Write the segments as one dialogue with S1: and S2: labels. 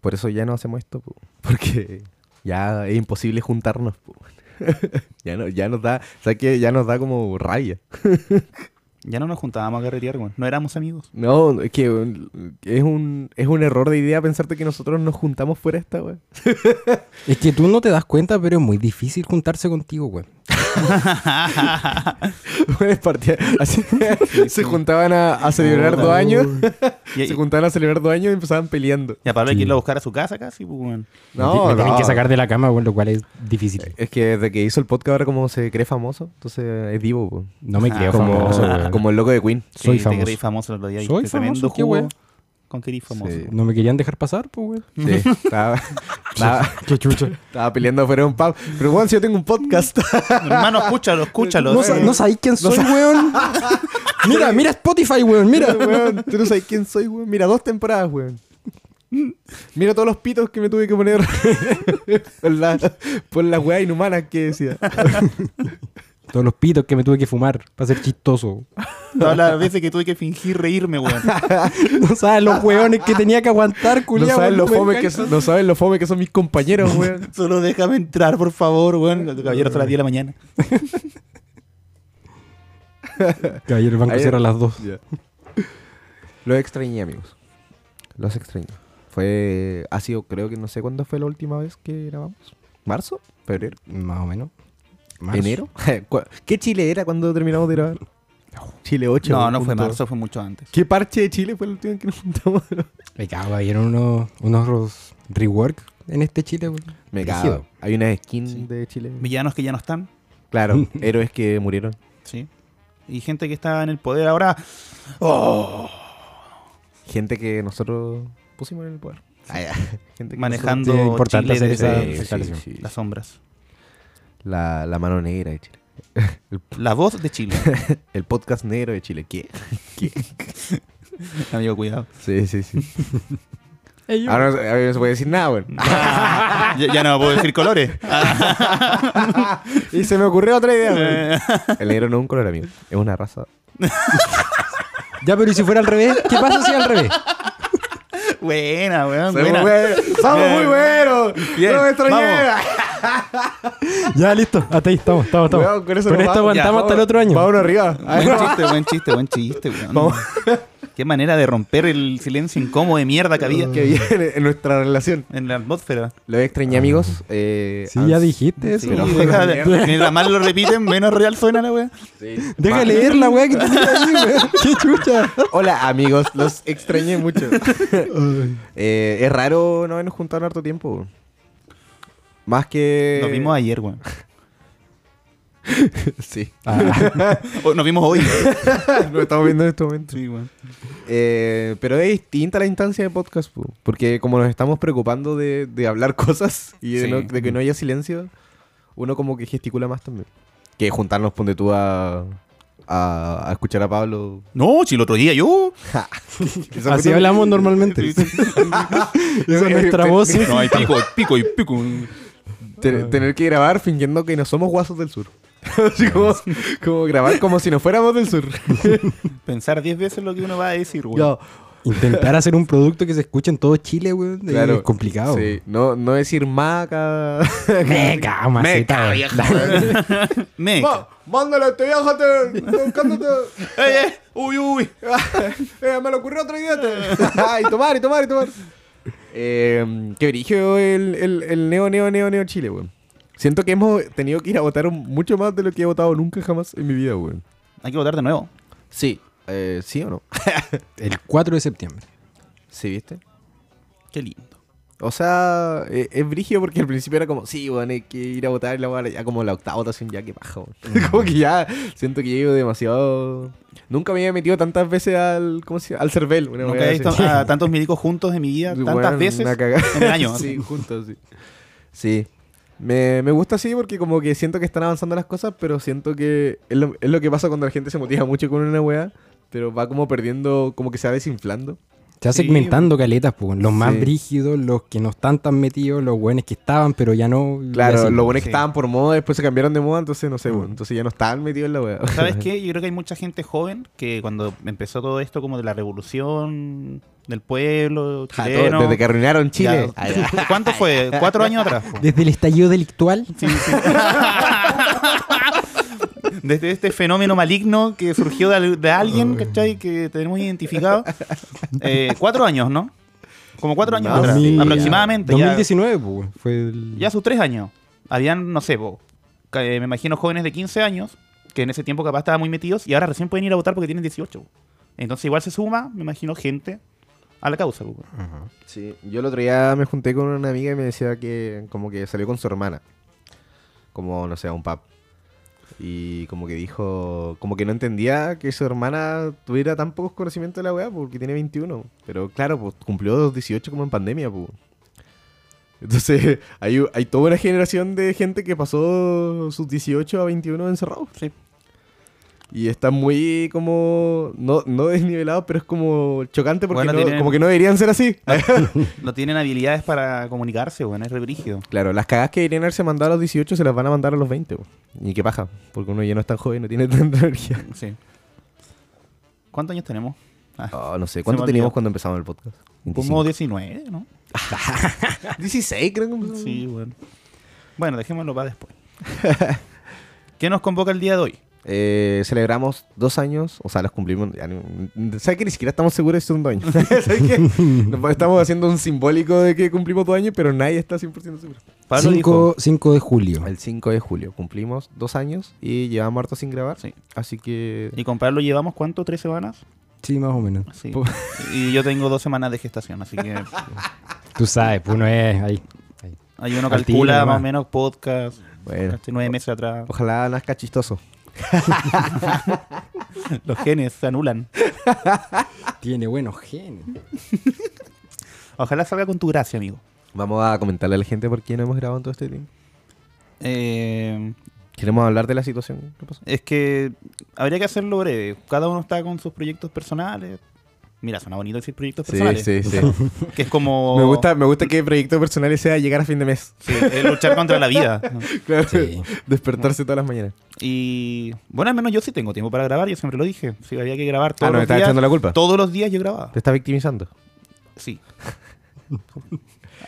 S1: Por eso ya no hacemos esto, po, porque ya es imposible juntarnos. po. ya, no, ya nos da, o sea, que ya nos da como rabia.
S2: Ya no nos juntábamos a carretear, weón. No éramos amigos.
S1: No, es que mm, es un, es un error de idea pensarte que nosotros nos juntamos fuera de esta, weón.
S3: Es que tú no te das cuenta, pero es muy difícil juntarse contigo, güey.
S1: Bueno, es partida- así- se juntaban a, a celebrar dos años.
S2: Y-
S1: se juntaban a celebrar dos años y empezaban peleando.
S2: Y a Pablo hay que
S3: Sí.
S2: irlo a buscar a su casa casi, pues, weón.
S1: No,
S3: me tienen
S1: no. Eh,
S3: que sacar de la cama, güey, lo cual es difícil.
S1: Es que desde que hizo el podcast ahora como se cree famoso, entonces es divo, po.
S3: No me
S2: Ah,
S3: creo
S1: como,
S3: famoso, güey.
S1: como el loco de Queen.
S3: Soy
S2: Sí,
S3: famoso.
S2: Te creí famoso el otro día.
S3: Soy
S2: diste tremendo
S3: famoso, qué
S2: jugo
S3: weón.
S2: Con que eres famoso.
S1: Sí.
S3: No me querían dejar pasar, pues, güey.
S1: Sí, estaba, estaba-
S3: Qué chucha.
S1: estaba peleando fuera de un pub. Pero bueno, si yo tengo un podcast.
S2: Hermano, escúchalo, escúchalo.
S3: No,
S2: eh.
S3: sa- no sabéis quién soy, weón. Mira, mira Spotify, weón, mira.
S1: Weón, tú no sabes quién soy, weón. Mira, dos temporadas, weón. Mira todos los pitos que me tuve que poner por la- por las weas inhumanas que decía.
S3: Todos los pitos que me tuve que fumar para ser chistoso.
S2: Todas las veces que tuve que fingir reírme, weón.
S3: No sabes los weones que tenía que aguantar,
S1: No
S3: culiao.
S1: saben,
S3: weón,
S1: lo
S3: me
S1: fome que
S3: encanta.
S1: son, no saben lo fome que son mis compañeros, weón.
S2: Solo déjame entrar, por favor, weón. El caballero hasta las 10 de la mañana.
S3: Caballero, el banco
S1: Ayer-
S3: cierra a las dos.
S1: Los extrañé, amigos. Los extrañé. Fue. Ha sido, creo que no sé cuándo fue la última vez que grabamos. ¿Marzo? ¿Febrero?
S3: Más o menos. Marzo.
S1: ¿Enero? ¿Cu- ¿Qué Chile era cuando terminamos de grabar? Chile 8.
S2: No, no fue
S1: punto.
S2: marzo, fue mucho antes.
S1: ¿Qué parche de Chile fue el último que nos juntamos?
S3: Me cago, vieron unos, unos rework en este Chile, weón.
S1: Me
S3: Brígido.
S1: cago. Hay una skin de Chile.
S2: Villanos que ya no están,
S1: Claro, héroes que murieron.
S2: sí. Y gente que está en el poder ahora. ¡Oh!
S1: Gente que nosotros pusimos en el poder. Gente que
S2: Manejando
S3: Es Ah, importante
S2: Chile
S3: hacer
S2: desde
S3: esa
S1: Sí, sí,
S3: aclaración.
S1: sí.
S2: las sombras.
S1: La, la mano negra de Chile.
S2: La voz de Chile.
S1: El podcast negro de Chile. ¿Qué?
S2: Amigo, cuidado.
S1: Sí, sí, sí. Ahora Ah, no, se- ahora no se puede decir nada, weón.
S2: Ah, ya, ya no puedo decir colores.
S1: y se me ocurrió otra idea, weón.
S2: Eh,
S1: El negro no es un color, amigo. Es una raza.
S3: Ya, pero ¿y si fuera al revés? ¿Qué pasa si al revés?
S2: buena, weón.
S1: Somos
S2: Buena.
S1: buenos. Somos
S2: Bien.
S1: muy buenos.
S2: Bien,
S1: No me extrañé.
S2: vamos.
S3: Ya, listo. Hasta ahí estamos, estamos, estamos.
S1: Weón, con eso
S3: Con
S1: nos
S3: esto
S1: vamos.
S2: Ya,
S3: aguantamos hasta el otro año.
S1: Vámonos arriba.
S2: Buen chiste, buen chiste, buen chiste, weón. Qué manera de romper el silencio incómodo de mierda que había
S1: Que viene en nuestra relación.
S2: en la atmósfera.
S1: Lo extrañé, amigos. Eh,
S3: Ah. Sí,
S1: han-
S3: ya dijiste eso.
S2: Sí,
S1: pero-
S2: deja de- mientras más lo repiten, menos real suena la weá.
S1: Sí.
S3: Deja de leer la weá que tenía ahí, weón. Qué chucha.
S1: Hola, amigos. Los extrañé mucho. Eh, es raro no habernos juntado en harto tiempo. Más que...
S2: Nos vimos ayer, weón.
S1: Sí.
S3: Ah,
S2: O Nos vimos hoy.
S1: Lo estamos viendo en este momento.
S2: Sí, weón.
S1: Eh, pero es distinta la instancia de podcast, po, porque como nos estamos preocupando de, de hablar cosas y de,
S2: Sí.
S1: no- de que no haya silencio, uno como que gesticula más también. Que juntarnos, ponte tú a, a, a escuchar a Pablo.
S2: No, si el otro día yo.
S3: así hablamos normalmente.
S2: Sí, sí.
S3: Esa es nuestra voz. sí.
S2: No, hay pico, pico y pico.
S1: Te- tener que grabar fingiendo que no somos guasos del sur. Así como, como grabar como si no fuéramos del sur.
S2: Pensar 10 veces lo que uno va a decir, weón.
S1: No,
S3: Intentar hacer un producto que se escuche en todo Chile, weón. eh, Es complicado.
S1: Sí, no, no decir maca.
S3: Mega, maceta.
S2: Me.
S1: Mándale, este te viajate, cándate.
S2: Ey, ey, eh. uy, uy.
S1: Eh, me lo ocurrió otra idea. Ay, tomar, y tomar, y tomar. Eh, qué brillo el, el, el neo, neo, neo, neo Chile, weón. Siento que hemos tenido que ir a votar un- mucho más de lo que he votado nunca jamás en mi vida, weón.
S2: Hay que votar de nuevo.
S1: Sí. Eh, ¿Sí o no?
S3: El 4 de septiembre.
S1: Sí, ¿viste?
S2: Qué lindo.
S1: O sea, eh, es brígido porque al principio era como, sí, weón, hay que ir a votar y la weá, ya como la octava votación, ya que paja, weón. como que ya siento que llego demasiado. Nunca me había metido tantas veces al. ¿Cómo se llama? Al cervel. una
S2: Nunca
S1: weá
S2: he
S1: así.
S2: visto a ah, tantos milicos juntos en mi vida,
S1: Sí,
S2: tantas
S1: weón,
S2: veces
S1: una cagada.
S2: en el año.
S1: sí, juntos, sí. Sí. Me, me gusta así porque como que siento que están avanzando las cosas, pero siento que es lo, es lo que pasa cuando la gente se motiva mucho con una weá, pero va como perdiendo, como que se va desinflando.
S3: Se va
S2: Sí,
S3: segmentando caletas, pues. Los más
S1: Sí.
S3: brígidos, los que no están tan metidos, los buenos que estaban, pero ya no. y
S1: Claro,
S3: así.
S1: lo bueno es que
S2: sí.
S1: estaban por moda, después se cambiaron de moda, entonces no sé, bueno, entonces ya no estaban metidos en la weá.
S2: ¿Sabes qué? Yo creo que hay mucha gente joven que cuando empezó todo esto como de la revolución del pueblo
S1: Ja, todo-
S2: chileno.
S1: desde que arruinaron Chile.
S2: Ya.
S1: Ay, ya.
S2: ¿Cuánto fue? Cuatro años atrás. po.
S3: Desde el estallido delictual.
S2: Sí, sí. Desde este fenómeno maligno que surgió de, al- de alguien, ¿cachai? Que tenemos identificado. Eh, cuatro años, ¿no? Como cuatro años
S1: Más
S2: atrás,
S1: sí,
S2: aproximadamente. ya-
S3: 2019, pues, weón. Fue el...
S2: ya a sus tres años, habían, no sé, po, ca- eh, me imagino jóvenes de 15 años, que en ese tiempo capaz estaban muy metidos, y ahora recién pueden ir a votar porque tienen 18. po. Entonces igual se suma, me imagino, gente a la causa. po.
S1: Sí, yo el otro día me junté con una amiga y me decía que como que salió con su hermana. Como, no sé, a un pub. Y como que dijo, como que no entendía que su hermana tuviera tan pocos conocimientos de la weá, porque tiene 21. Pero claro, pues cumplió los 18 como en pandemia, pues. Entonces, hay, hay toda una generación de gente que pasó sus 18 a 21 encerrados.
S2: Sí.
S1: Y está muy como, no, no desnivelado, pero es como chocante porque
S2: Bueno,
S1: no-
S2: tienen-
S1: como que no deberían ser así.
S2: No tienen habilidades para comunicarse, bueno, es re brígido.
S1: Claro, las cagadas que deberían haberse mandado a los 18 se las van a mandar a los 20. po. Y qué paja, porque uno ya no es tan joven, no tiene tanta energía.
S2: Sí. ¿Cuántos años tenemos? Ah,
S1: Oh, no sé,
S2: Se
S1: ¿cuánto
S2: me olvidó.
S1: teníamos cuando empezamos el podcast?
S2: como 19, ¿no?
S1: 16, creo que empezamos.
S2: Sí, bueno. Bueno, dejémoslo para después. ¿Qué nos convoca el día de hoy?
S1: Eh, celebramos dos años, o sea, los cumplimos. ya ni- ¿Sabes que ni siquiera estamos seguros de si es un año? ¿Sabes que Nos estamos haciendo un simbólico de que cumplimos dos años, pero nadie está 100% seguro.
S2: Pablo dijo,
S3: 5, 5 de julio.
S1: El 5 de julio cumplimos dos años y llevamos harto sin grabar.
S2: Sí.
S1: Así que.
S2: y con Pablo llevamos cuánto, tres semanas?
S3: Sí, más o menos.
S2: Sí. Y yo tengo dos semanas de gestación, así que
S3: Tú sabes, pues uno es ahí.
S2: ahí uno
S3: Al tiro
S2: calcula más
S3: nomás.
S2: o menos podcast,
S1: Bueno,
S2: hace nueve meses atrás.
S1: ojalá nazca chistoso.
S2: Los genes se anulan.
S3: Tiene buenos genes.
S2: Ojalá salga con tu gracia, amigo.
S1: Vamos a comentarle a la gente por qué no hemos grabado en todo este tiempo.
S2: Eh,
S1: Queremos hablar de la situación. ¿Qué pasó?
S2: es que habría que hacerlo breve. Cada uno está con sus proyectos personales. Mira, suena bonito decir proyectos personales.
S1: sí.
S2: Que es como
S1: me, gusta, me gusta que el proyecto personal sea llegar a fin de mes.
S2: sí, es luchar contra la vida. ¿no?
S1: Claro.
S3: Sí.
S1: Despertarse todas las mañanas.
S2: Y bueno, al menos yo sí tengo tiempo para grabar, yo siempre lo dije. Si había que grabar todos
S1: Ah, no, me
S2: los
S1: estás
S2: días.
S1: echando la culpa.
S2: Todos los días yo grababa.
S1: Te está victimizando.
S2: Sí.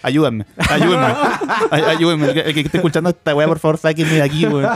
S2: Ayúdenme, ayúdenme. Ay- ayúdenme. El que, el que esté escuchando esta weá, por favor, sáquenme de aquí, weón.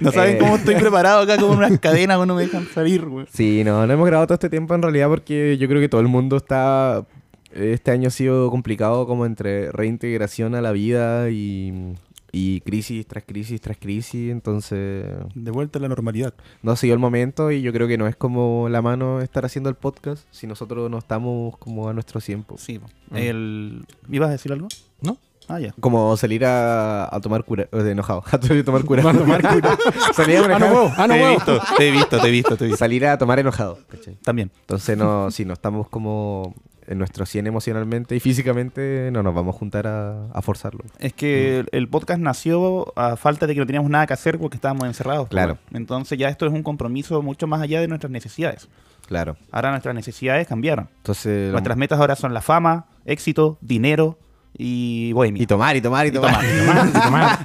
S2: No saben
S1: Eh.
S2: cómo estoy preparado acá con unas cadenas, weón, no me dejan salir, weón.
S1: Sí, no, no hemos grabado todo este tiempo en realidad porque yo creo que todo el mundo está... Este año ha sido complicado como entre reintegración a la vida y, y crisis tras crisis tras crisis. Entonces
S2: De vuelta a la normalidad.
S1: no ha sido el momento y yo creo que no es como la mano estar haciendo el podcast si nosotros no estamos como a nuestro tiempo.
S2: Sí, po. el... ¿Ibas a decir algo?
S3: ¿No?
S2: Ah, ya.
S1: Como salir a, a tomar cura... eh, enojado. A tomar cura. salir, a
S3: Ah, no
S1: manejar-
S3: huevo. Ah, no
S2: te he
S3: huevo.
S2: visto, te he visto, te he visto, te he visto.
S1: salir a tomar enojado. ¿cachai?
S2: También.
S1: Entonces, no, si no estamos como en nuestro 100 emocionalmente y físicamente, no nos vamos a juntar a, a forzarlo.
S2: Es que el- el podcast nació a falta de que no teníamos nada que hacer porque estábamos encerrados. po.
S1: Claro.
S2: Entonces ya esto es un compromiso mucho más allá de nuestras necesidades.
S1: Claro.
S2: Ahora nuestras necesidades cambiaron.
S1: Entonces,
S2: Nuestras metas ahora son la fama, éxito, dinero y bohemia.
S1: y tomar, y tomar, y tomar.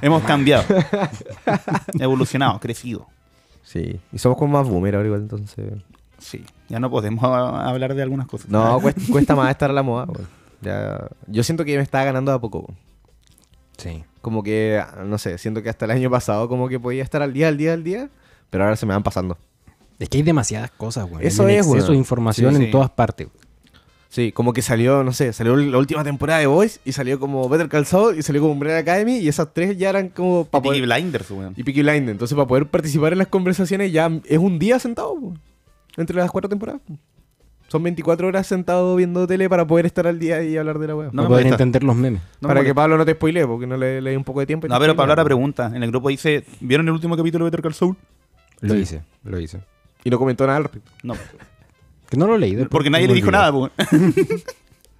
S2: Hemos cambiado. Evolucionado, crecido.
S1: Sí. Y somos como más boomer ahora igual, entonces.
S2: Sí. Ya no podemos a- hablar de algunas cosas. Ah,
S1: No, cuest- cuesta, más estar a la moda. weón. Ya- Yo siento que me estaba ganando de a poco. weón.
S3: Sí.
S1: Como que, no sé, siento que hasta el año pasado como que podía estar al día, al día, al día, pero ahora se me van pasando.
S3: Es que hay demasiadas cosas, güey.
S1: Eso
S3: hay un
S1: es,
S3: exceso
S1: weón.
S3: de información
S2: Sí, sí.
S3: en todas partes. güey.
S1: Sí, como que salió, no sé, salió la última temporada de Boys y salió como Better Call Saul y salió como Umbrella Academy y esas tres ya eran como
S2: Y
S1: para
S2: Peaky
S1: poder...
S2: Blinders, weón.
S1: Y Peaky Blinders. Entonces, para poder participar en las conversaciones ya es un día sentado po, entre las cuatro temporadas. po. Son 24 horas sentado viendo tele para poder estar al día y hablar de la web.
S2: No
S3: No
S2: me
S3: poder
S2: molesta.
S3: entender los memes.
S2: No me
S1: para que
S2: molesta.
S1: Pablo no te spoilee, porque no le, le di un poco de tiempo. y te
S2: No, pero para
S1: spoilea,
S2: hablar a
S1: po.
S2: pregunta. En el grupo dice, ¿vieron el último capítulo de Better Call Saul?
S3: Lo
S1: Sí.
S3: hice, lo hice.
S1: Y no comentó nada al respecto.
S2: No.
S3: Que no lo he leído.
S2: Porque nadie le dijo nada, weón.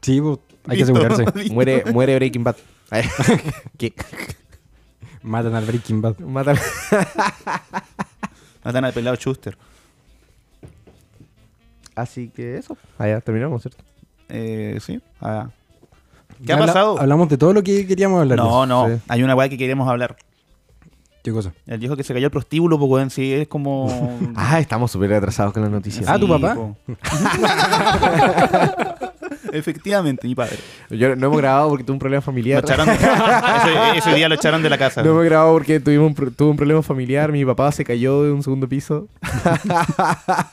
S3: Sí, bo, hay que
S2: Listo.
S3: asegurarse.
S1: Muere, muere Breaking Bad. Ay, ¿Qué?
S3: Matan al Breaking Bad.
S1: Mátalo.
S2: Matan Ah, al pelado Schuster.
S1: Así que eso. Allá terminamos, ¿cierto?
S2: Eh, sí. Ah. ¿Qué
S3: Ya
S2: ha
S3: habla-
S2: pasado?
S3: Hablamos de todo lo que queríamos hablar.
S2: No, no.
S1: Sí.
S2: Hay una weá que queremos hablar.
S3: ¿Qué cosa?
S2: El viejo que se cayó al prostíbulo, poco en sí, es como.
S1: Ah, estamos súper atrasados con las noticias.
S3: Ah, ¿tu
S2: Sí,
S3: papá?
S2: po. Efectivamente, mi padre.
S1: Yo no hemos grabado porque tuve un problema
S2: Lo
S1: familiar.
S2: echaron. ese, ese día lo echaron de la casa.
S1: No hemos grabado porque tuvimos un, pro- tuve un problema familiar. Mi papá se cayó de un segundo piso.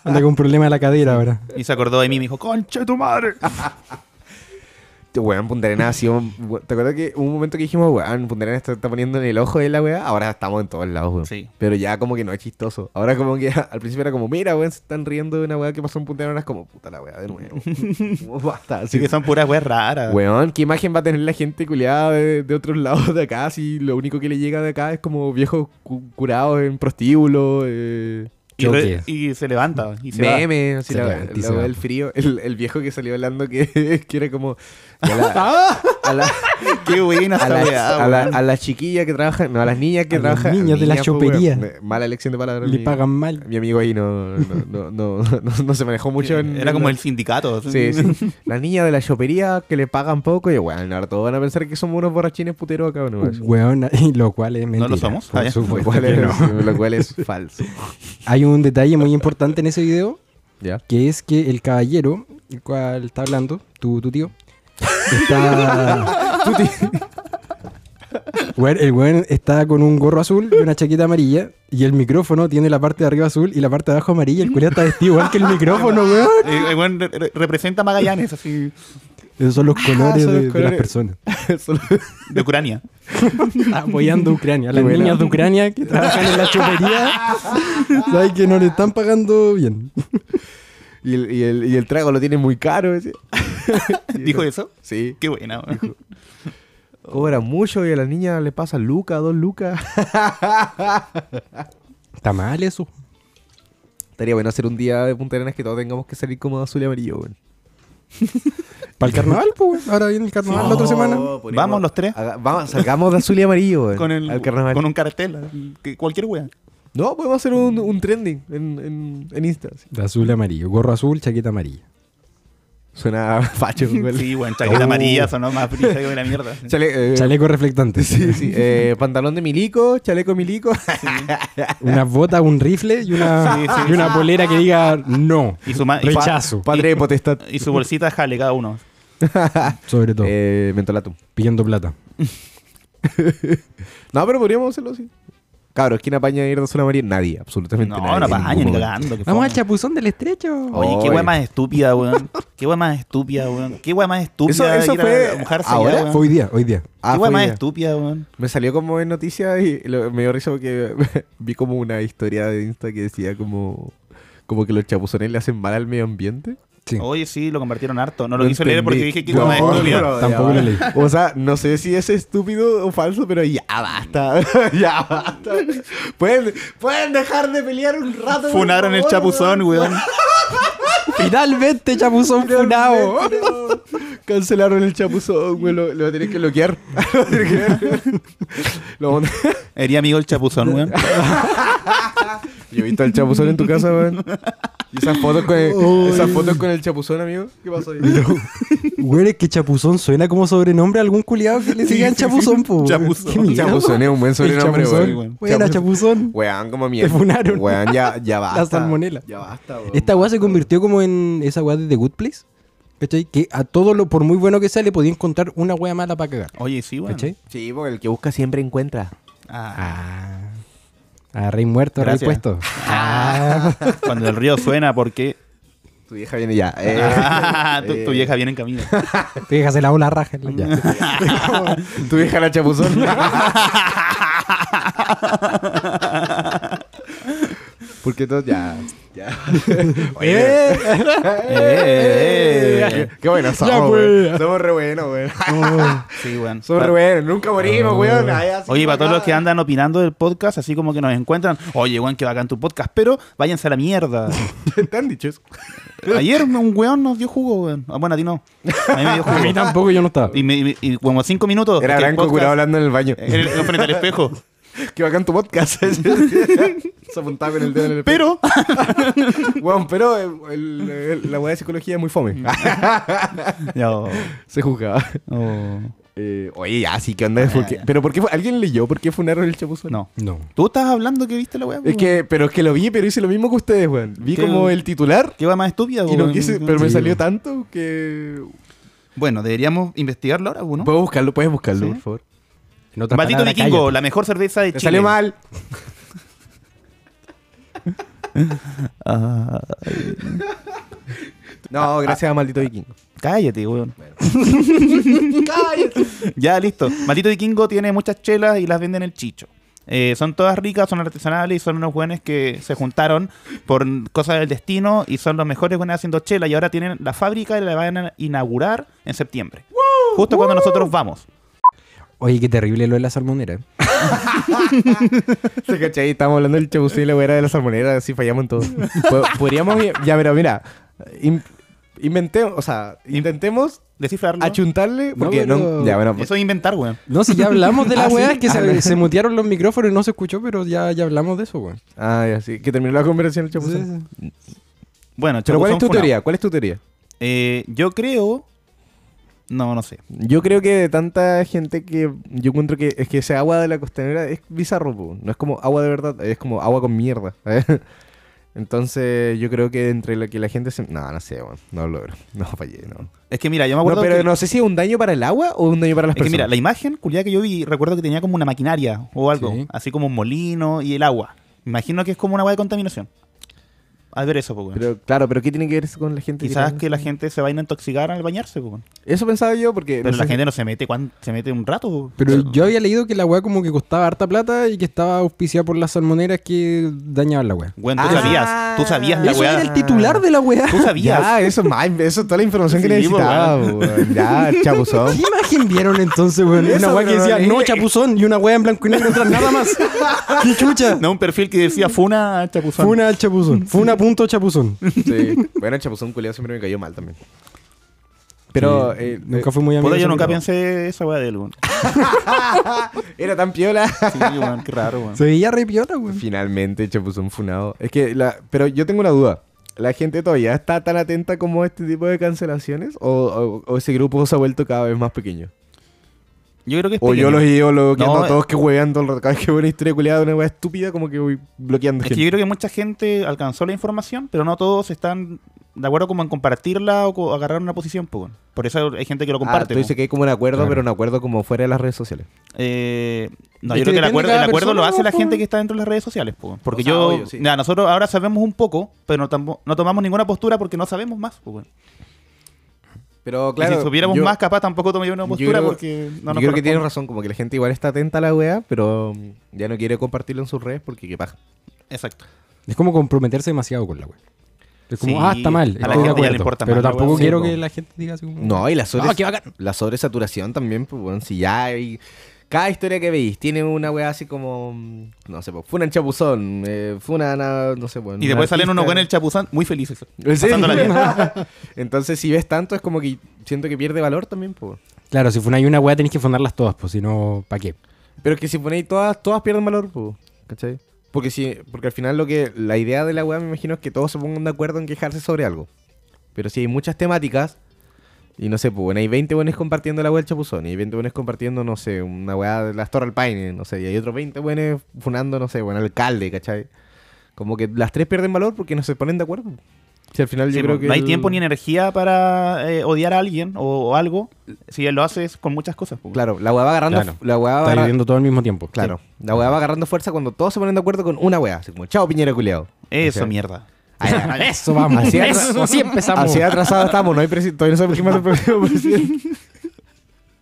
S3: Anda con un problema de la cadera ahora.
S2: Y se acordó de mí y me dijo, concha de tu madre.
S1: Este Weón, Punta Arenas ha sido. ¿Te acuerdas que hubo un momento que dijimos, weón, Punta Arenas está, está poniendo en el ojo de la weá? Ahora estamos en todos lados, weón.
S2: Sí.
S1: Pero ya como que no es chistoso. Ahora como que al principio era como, mira, weón, se están riendo de una weá que pasó en Punta Arenas. Como, puta la weá, de nuevo. Como, Basta.
S2: Así que son puras weas raras.
S1: Weón, ¿qué imagen va a tener la gente culiada de, de otros lados de acá si lo único que le llega de acá es como viejos cu- curados en prostíbulo? Eh,
S2: y, re-
S3: Choque.
S2: y se levanta. Y se va.
S1: meme, así
S3: Se
S1: la,
S3: levanta y
S1: la
S3: se
S1: weá
S3: va.
S1: del frío. El, el viejo que salió hablando que, que era como. "Y a la-
S3: Ah.
S1: a la-
S2: Qué buena
S1: a
S2: esa
S1: las
S2: wea,
S1: a la-
S2: weón.
S1: a las chiquillas que trabajan, no, a las niñas que
S3: A las
S1: trabajan.
S3: niñas de la
S1: pues, weón.
S3: chopería.
S1: Me- Mala elección de palabras.
S3: Le
S1: mi-
S3: pagan mal.
S1: Mi amigo ahí no, no, no, no, no- no se manejó mucho. en-
S2: Era como
S1: en-
S2: el sindicato.
S1: Sí, sí. La niña de la chopería que le pagan poco y bueno, ahora todos van a pensar que somos unos borrachines puteros acá, ¿no? Eso.
S3: Weón, y lo cual es mentira.
S2: lo somos?
S3: Por
S2: Ah, ya.
S1: Lo
S3: supuesto
S1: cual
S3: que
S1: es,
S3: no.
S1: lo cual es falso.
S3: Hay un detalle muy importante en ese video,
S1: ¿Ya?
S3: que es que el caballero, el cual está hablando, tu, tu tío, está... Weón, el weón está con un gorro azul y una chaqueta amarilla, y el micrófono tiene la parte de arriba azul y la parte de abajo amarilla, el culiao está vestido igual que el micrófono, weón.
S2: Eh, eh, weón, re- re- representa a Magallanes, así,
S3: Esos son los colores,
S1: son los
S3: de- de
S1: colores.
S3: las personas.
S1: Solo-
S2: de Ucrania.
S3: apoyando a Ucrania. Las
S1: Buena.
S3: niñas de Ucrania que trabajan en la chupería, saben que no le están pagando bien.
S1: y, el, y, el, y el trago lo tiene muy caro. ese.
S2: ¿Dijo eso?
S1: Sí.
S2: Qué buena, weón.
S1: Cobra mucho y a la niña le pasa lucas, dos lucas.
S3: Está mal eso.
S1: Estaría bueno hacer un día de Punta Arenas que todos tengamos que salir como azul y amarillo, weón.
S3: Para el carnaval, pues, ahora viene el carnaval la otra semana.
S2: Vamos los tres.
S1: Haga- vamos, salgamos de azul y amarillo, weón.
S2: Con, el,
S1: al carnaval.
S2: con un cartel, así, que cualquier wea.
S1: No, podemos hacer un, un trending en, en, en Insta. sí.
S3: De azul a amarillo, gorro azul, chaqueta amarilla.
S1: Suena facho, weón.
S2: Sí, weón, chaqueta
S1: Oh.
S2: amarilla, sonó más brisa que una mierda.
S1: Chale- eh,
S3: Chaleco reflectante.
S1: sí, sí, eh, pantalón de milico, chaleco milico.
S3: Una bota, un rifle y una,
S2: Sí, sí,
S3: y una polera que diga no.
S2: Y su, ma- y pa-
S3: Rechazo,
S1: Padre de potestad.
S2: y su bolsita jale cada uno.
S3: sobre todo.
S1: Eh, mentolatum.
S3: pidiendo plata.
S1: No, pero podríamos hacerlo así. Cabros, ¿quién apaña a ir de azul a amarillo? Nadie, absolutamente
S2: No,
S1: nadie.
S2: no paña ni
S1: Ninguno.
S2: cagando. que
S3: Vamos
S2: fome.
S3: al chapuzón del estrecho.
S2: Oye, qué
S1: Oye.
S2: wea más estúpida, weón. Qué wea más estúpida, weón. Qué wea más estúpida.
S1: Eso- eso
S2: ir a-
S1: fue
S2: a mojarse
S1: ahora,
S2: allá, weón.
S3: Fue hoy día, hoy día.
S1: Ah,
S2: qué
S1: fue
S2: wea más
S1: idea.
S2: estúpida, weón.
S1: Me salió como en noticias y lo- me dio risa porque vi como una historia de Insta que decía como, como que los chapuzones le hacen mal al medio ambiente.
S3: Sí.
S2: Oye, sí, lo convirtieron harto. No lo
S1: No
S2: quise leer porque
S1: entendí.
S2: dije que
S1: No,
S2: wea más
S1: no,
S2: estúpida.
S1: no,
S3: Tampoco
S1: ya
S3: lo
S1: va.
S3: leí.
S1: O sea, no sé si es estúpido o falso, pero ya basta. ya basta. Pueden, pueden dejar de pelear un rato. por
S2: Funaron el
S1: favor,
S2: chapuzón, weón.
S3: Finalmente, chapuzón
S1: Finalmente,
S3: funado.
S1: no. Cancelaron el chapuzón, güey. Lo, lo tenés que bloquear. lo tenés que bloquear. Lo vamos a-
S2: Hería amigo el chapuzón, weón.
S1: Yo he visto el chapuzón en tu casa, weón. Y esas fotos con el, esas fotos con el chapuzón, amigo. ¿Qué pasó ahí?
S3: Güey, es que Chapuzón suena como sobrenombre a algún culiado que le
S2: Sí,
S3: sigan
S2: sí,
S3: Chapuzón,
S2: sí.
S3: po.
S2: Chapuzón.
S3: Qué mierda.
S1: Chapuzón es un buen sobrenombre,
S3: El Chapuzón.
S1: weón.
S3: Buena,
S1: Chapuzón.
S3: Chapuzón.
S1: Weón, como mierda.
S3: Te funaron.
S1: Weón, ya, ya basta.
S3: salmonela.
S1: Ya basta, weón.
S3: Esta weá se convirtió como en esa weá de The Good Place. ¿Cachai? Que a todo lo, por muy bueno que sea, le podía encontrar una weá mala para cagar.
S2: Oye, sí, weón.
S3: ¿Cachai?
S1: Sí, porque el que busca siempre encuentra.
S2: Ah,
S3: Ah. Ah, rey muerto, rey
S2: Gracias.
S3: puesto.
S2: cuando el río suena, porque
S1: Tu vieja viene ya. Eh,
S2: Ah, tu,
S1: eh,
S2: tu vieja viene en camino.
S3: Te dejas la ola raja. en la-
S1: Tu vieja la chapuzón. Porque todos ya. Ya. Oye. eh,
S2: Eh.
S1: Qué buenos somos,
S3: Ya, pues.
S1: weón. Somos re buenos, weón.
S2: Sí, weón.
S1: Somos re buenos. Nunca morimos, weón.
S2: Oh. Oye, para todos los que andan opinando del podcast, así como que nos encuentran, oye, weón, que bacán tu podcast, pero váyanse a la mierda.
S1: ¿Te han dicho eso?
S2: Ayer un weón nos dio jugo, weón. Ah, Bueno, a ti no. A mí me dio
S3: A mí
S2: jugo.
S3: tampoco, yo no estaba.
S2: Y, me- y me- y como cinco minutos.
S1: Era
S2: que el
S1: Branco
S2: podcast-
S1: curado hablando en el baño.
S2: Eh, era frente al espejo.
S1: Qué bacán tu podcast. Se apuntaba con el dedo en el
S2: Pero
S1: Weón, pero eh, el-
S2: Mm. oh,
S1: el- la weá de psicología es muy fome.
S2: No.
S1: Se juzgaba.
S2: No.
S1: Eh, oye, ya, sí, ¿qué onda? ¿Por qué? ¿Pero por qué? fu- ¿Alguien leyó por qué funaron el Chapuzón?
S2: Ah. No.
S3: No.
S2: Tú estás hablando que viste la weá.
S1: Es que, pero es que lo vi, pero hice lo mismo que ustedes, weón. Vi
S2: ¿Qué?
S1: como el titular
S2: ¿Qué va más estúpida?
S1: y
S2: weón?
S1: no quise, pero me
S3: Sí,
S1: salió
S3: weón.
S1: tanto que...
S2: Bueno, deberíamos investigarlo ahora, weón, ¿no?
S1: Puedes buscarlo, puedes buscarlo,
S2: Sí.
S1: por favor.
S3: En otras
S2: Batito
S3: palabras,
S2: Vikingo,
S3: cállate.
S2: la mejor cerveza de
S1: Me
S2: Chile.
S1: salió mal.
S2: Ah,
S1: No, gracias a Maldito Vikingo.
S2: cállate, weón. Ya, listo. Maldito Vikingo tiene muchas chelas y las venden en el chicho. Eh, son todas ricas, son artesanales y son unos buenos que se juntaron por cosas del destino y son los mejores buenos haciendo chela y ahora tienen la fábrica y la van a inaugurar en septiembre. Justo cuando nosotros vamos.
S3: Oye, qué terrible lo de la salmonera. ¿eh?
S1: ¿Se cachai? Estamos hablando del Chapuzón y la weá de la salmonera, así fallamos en todo. Po- Podríamos... ir- Ya, pero mira. in- inventemos, o sea, intentemos
S2: Descifrarlo.
S1: achuntarle porque no...
S3: pero-
S1: ya, bueno, pues,
S2: Eso es inventar, weón.
S3: No, si ya hablamos de la
S1: Ah,
S3: weá,
S1: ¿sí?
S3: es que
S1: Ah, no.
S3: se, se mutearon los micrófonos y no se escuchó, pero ya, ya hablamos de eso, weón.
S1: Ah, ya, sí. Que terminó la conversación el Chapuzón.
S2: Bueno,
S1: Pero ¿cuál es
S2: chapuzón
S1: tu
S2: funao.
S1: teoría? ¿Cuál es tu teoría?
S2: Eh, yo creo. No, no sé.
S1: Yo creo que de tanta gente que yo encuentro que es que ese agua de la costanera es bizarro, po. no es como agua de verdad, es como agua con mierda. ¿eh? Entonces yo creo que entre lo que la gente se... No, no sé, weón. no lo logro. No, fallé, no.
S2: Es que mira, yo me
S1: No,
S2: acuerdo.
S1: pero
S2: que-
S1: no sé si es un daño para el agua o un daño para las
S2: Es que mira,
S1: personas.
S2: la imagen culiada que yo vi, recuerdo que tenía como una maquinaria o algo,
S3: Sí.
S2: así como un molino y el agua. Me Imagino que es como una agua de contaminación. Al ver eso, poco.
S1: Pero claro, pero ¿qué tiene que ver eso con la gente?
S2: Quizás
S1: tirando?
S2: que la gente se vayan a intoxicar al bañarse, po, weón.
S1: Eso pensaba yo porque...
S2: Pero
S1: no
S2: la
S1: sé-
S2: gente no se mete cuando se mete un rato. po.
S3: Pero yo había leído que la weá como que costaba harta plata y que estaba auspiciada por las salmoneras que dañaban la weá.
S2: Weón, tú
S1: Ah.
S2: sabías, tú sabías la
S3: Eso
S2: weá.
S3: era el titular de la weá.
S2: Tú sabías.
S1: Ya, eso es más, eso es toda la información que
S2: Sí, po,
S1: necesitaba. pues,
S2: weón.
S1: weón. Ya,
S3: ¿Qué
S1: chapuzón.
S3: imagen vieron entonces, weón?
S1: Eso,
S3: una weá que
S1: pero
S3: decía,
S1: no leí.
S2: Eh,
S3: no, chapuzón, y una weá en blanco y negro atrás, nada más. ¡Qué chucha!
S2: No, un perfil que decía Funa Chapuzón.
S3: Funa al chapuzón. Funa punto chapuzón.
S1: Sí. Bueno, el chapuzón culiado siempre me cayó mal también. Pero
S3: Sí,
S1: eh,
S3: nunca fui muy amigo.
S2: Puta,
S3: de
S2: yo
S3: ese
S2: nunca
S3: micrófono.
S2: pensé esa weá de él, weón.
S1: Era tan piola.
S2: Sí, weón, qué raro, weón.
S3: Se veía re piola, weón.
S1: Finalmente Chapuzón funado. Es que la... Pero yo tengo una duda. ¿La gente todavía está tan atenta como este tipo de cancelaciones? ¿O, o- o ese grupo se ha vuelto cada vez más pequeño?
S2: Yo creo que es
S1: O yo
S2: pequeño.
S1: los ido bloqueando
S2: No, eh.
S1: a todos que huevean todo el rato. Cada vez que veo una historia culiada de una wea estúpida, como que voy bloqueando
S2: Es que
S1: gente.
S2: yo creo que mucha gente alcanzó la información, pero no todos están de acuerdo como en compartirla o co- agarrar una posición. po, weón. Por eso hay gente que lo
S1: Ah,
S2: comparte.
S1: tú
S2: po.
S1: dices que hay como un acuerdo,
S3: Claro.
S1: pero un acuerdo como fuera de las redes sociales.
S2: Eh, no,
S3: Es
S2: yo creo
S3: que
S2: que el
S3: depende
S2: acuerdo,
S3: de cada
S2: el acuerdo lo
S3: persona,
S2: hace la
S3: po,
S2: gente
S3: weón.
S2: que está dentro de las redes sociales. po, weón. Porque
S1: O sea,
S2: yo,
S1: obvio, sí.
S2: mira, nosotros ahora sabemos un poco, pero tampo- no tomamos ninguna postura porque no sabemos más. po, weón.
S1: Pero
S2: Y
S1: claro...
S2: si supiéramos
S1: yo-
S2: más, capaz tampoco tomaría una
S1: yo
S2: postura
S1: creo- yo
S2: porque no nos
S1: creo que
S2: corresponde.
S1: tienes razón, como que la gente igual está atenta a la wea, pero mm, ya no quiere compartirlo en sus redes porque qué paja.
S2: Exacto.
S3: Es como comprometerse demasiado con la weá. Es como,
S2: Sí,
S3: ah, está mal.
S2: a la
S3: estoy de
S2: gente ya le
S3: acuerdo,
S2: importa
S3: Pero
S2: más la
S3: tampoco
S2: weá, sí,
S3: quiero
S2: po.
S3: que la gente diga así como.
S1: No, y la, sobre,
S3: Ah, qué bacán.
S1: la sobresaturación también, pues, weón, si ya hay... Cada historia que veis tiene una weá así como... mm, No sé, pues, fue una chapuzón, eh, fue una... no sé, pues,
S2: Y después salen unos con el chapuzán muy felices. pasándola bien.
S1: Entonces, si ves tanto, es como que siento que pierde valor también, pues.
S3: Claro, si funáis una weá tenéis que fundarlas todas, pues si no, ¿para qué?
S1: Pero es que si ponéis todas, todas pierden valor, pues, ¿cachai? Porque, si, porque al final lo que la idea de la weá, me imagino, es que todos se pongan de acuerdo en quejarse sobre algo. Pero si hay muchas temáticas, y no sé, pues, bueno, hay 20 buenos compartiendo la weá del Chapuzón, y hay 20 buenos compartiendo, no sé, una weá de las Torre al Paine, no sé, y hay otros 20 buenos funando, no sé, bueno, alcalde, ¿cachai? Como que las tres pierden valor porque no se ponen de acuerdo. Si al final yo
S2: Sí,
S1: creo
S2: po,
S1: que.
S2: no hay
S1: el-
S2: tiempo ni energía para eh, odiar a alguien o, o algo si lo haces con muchas cosas. po.
S1: Claro, la weá va agarrando.
S3: Claro.
S1: La weá va
S3: Está
S1: agarra-
S3: viviendo todo al mismo tiempo.
S1: Claro, la weá va agarrando fuerza cuando todos se ponen de acuerdo con una weá. Así como, chao, Piñera culiao.
S2: Eso,
S1: ¿Cachai?
S2: mierda.
S1: Ah, ya.
S3: Eso vamos.
S1: Así, atra-
S3: eso, así empezamos.
S1: así atrasado estamos, no hay presi- todavía no sabemos quién va a ser el próximo presidente.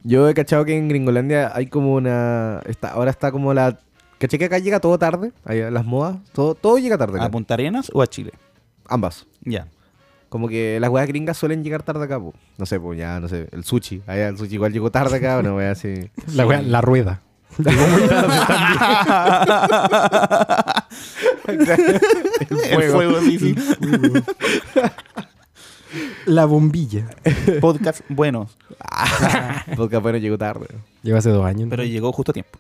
S1: Yo he cachado que en Gringolandia hay como una. está- ahora está como la. ¿Caché que acá llega todo tarde? Allá, las modas, todo, todo llega tarde.
S3: Ah,
S1: acá.
S2: ¿A Punta Arenas o a Chile?
S1: Ambas.
S2: Ya.
S1: Como que las weas gringas suelen llegar tarde acá, po. No sé, pues ya, no sé. El sushi. Allá el sushi igual llegó tarde acá, una wea así.
S3: La, weá- la rueda.
S1: El
S2: El
S1: fuego.
S2: fuego, sí, sí.
S3: La bombilla.
S2: Podcast buenos.
S1: Podcast bueno llegó tarde.
S3: Lleva hace dos años. ¿no?
S2: Pero llegó justo a tiempo.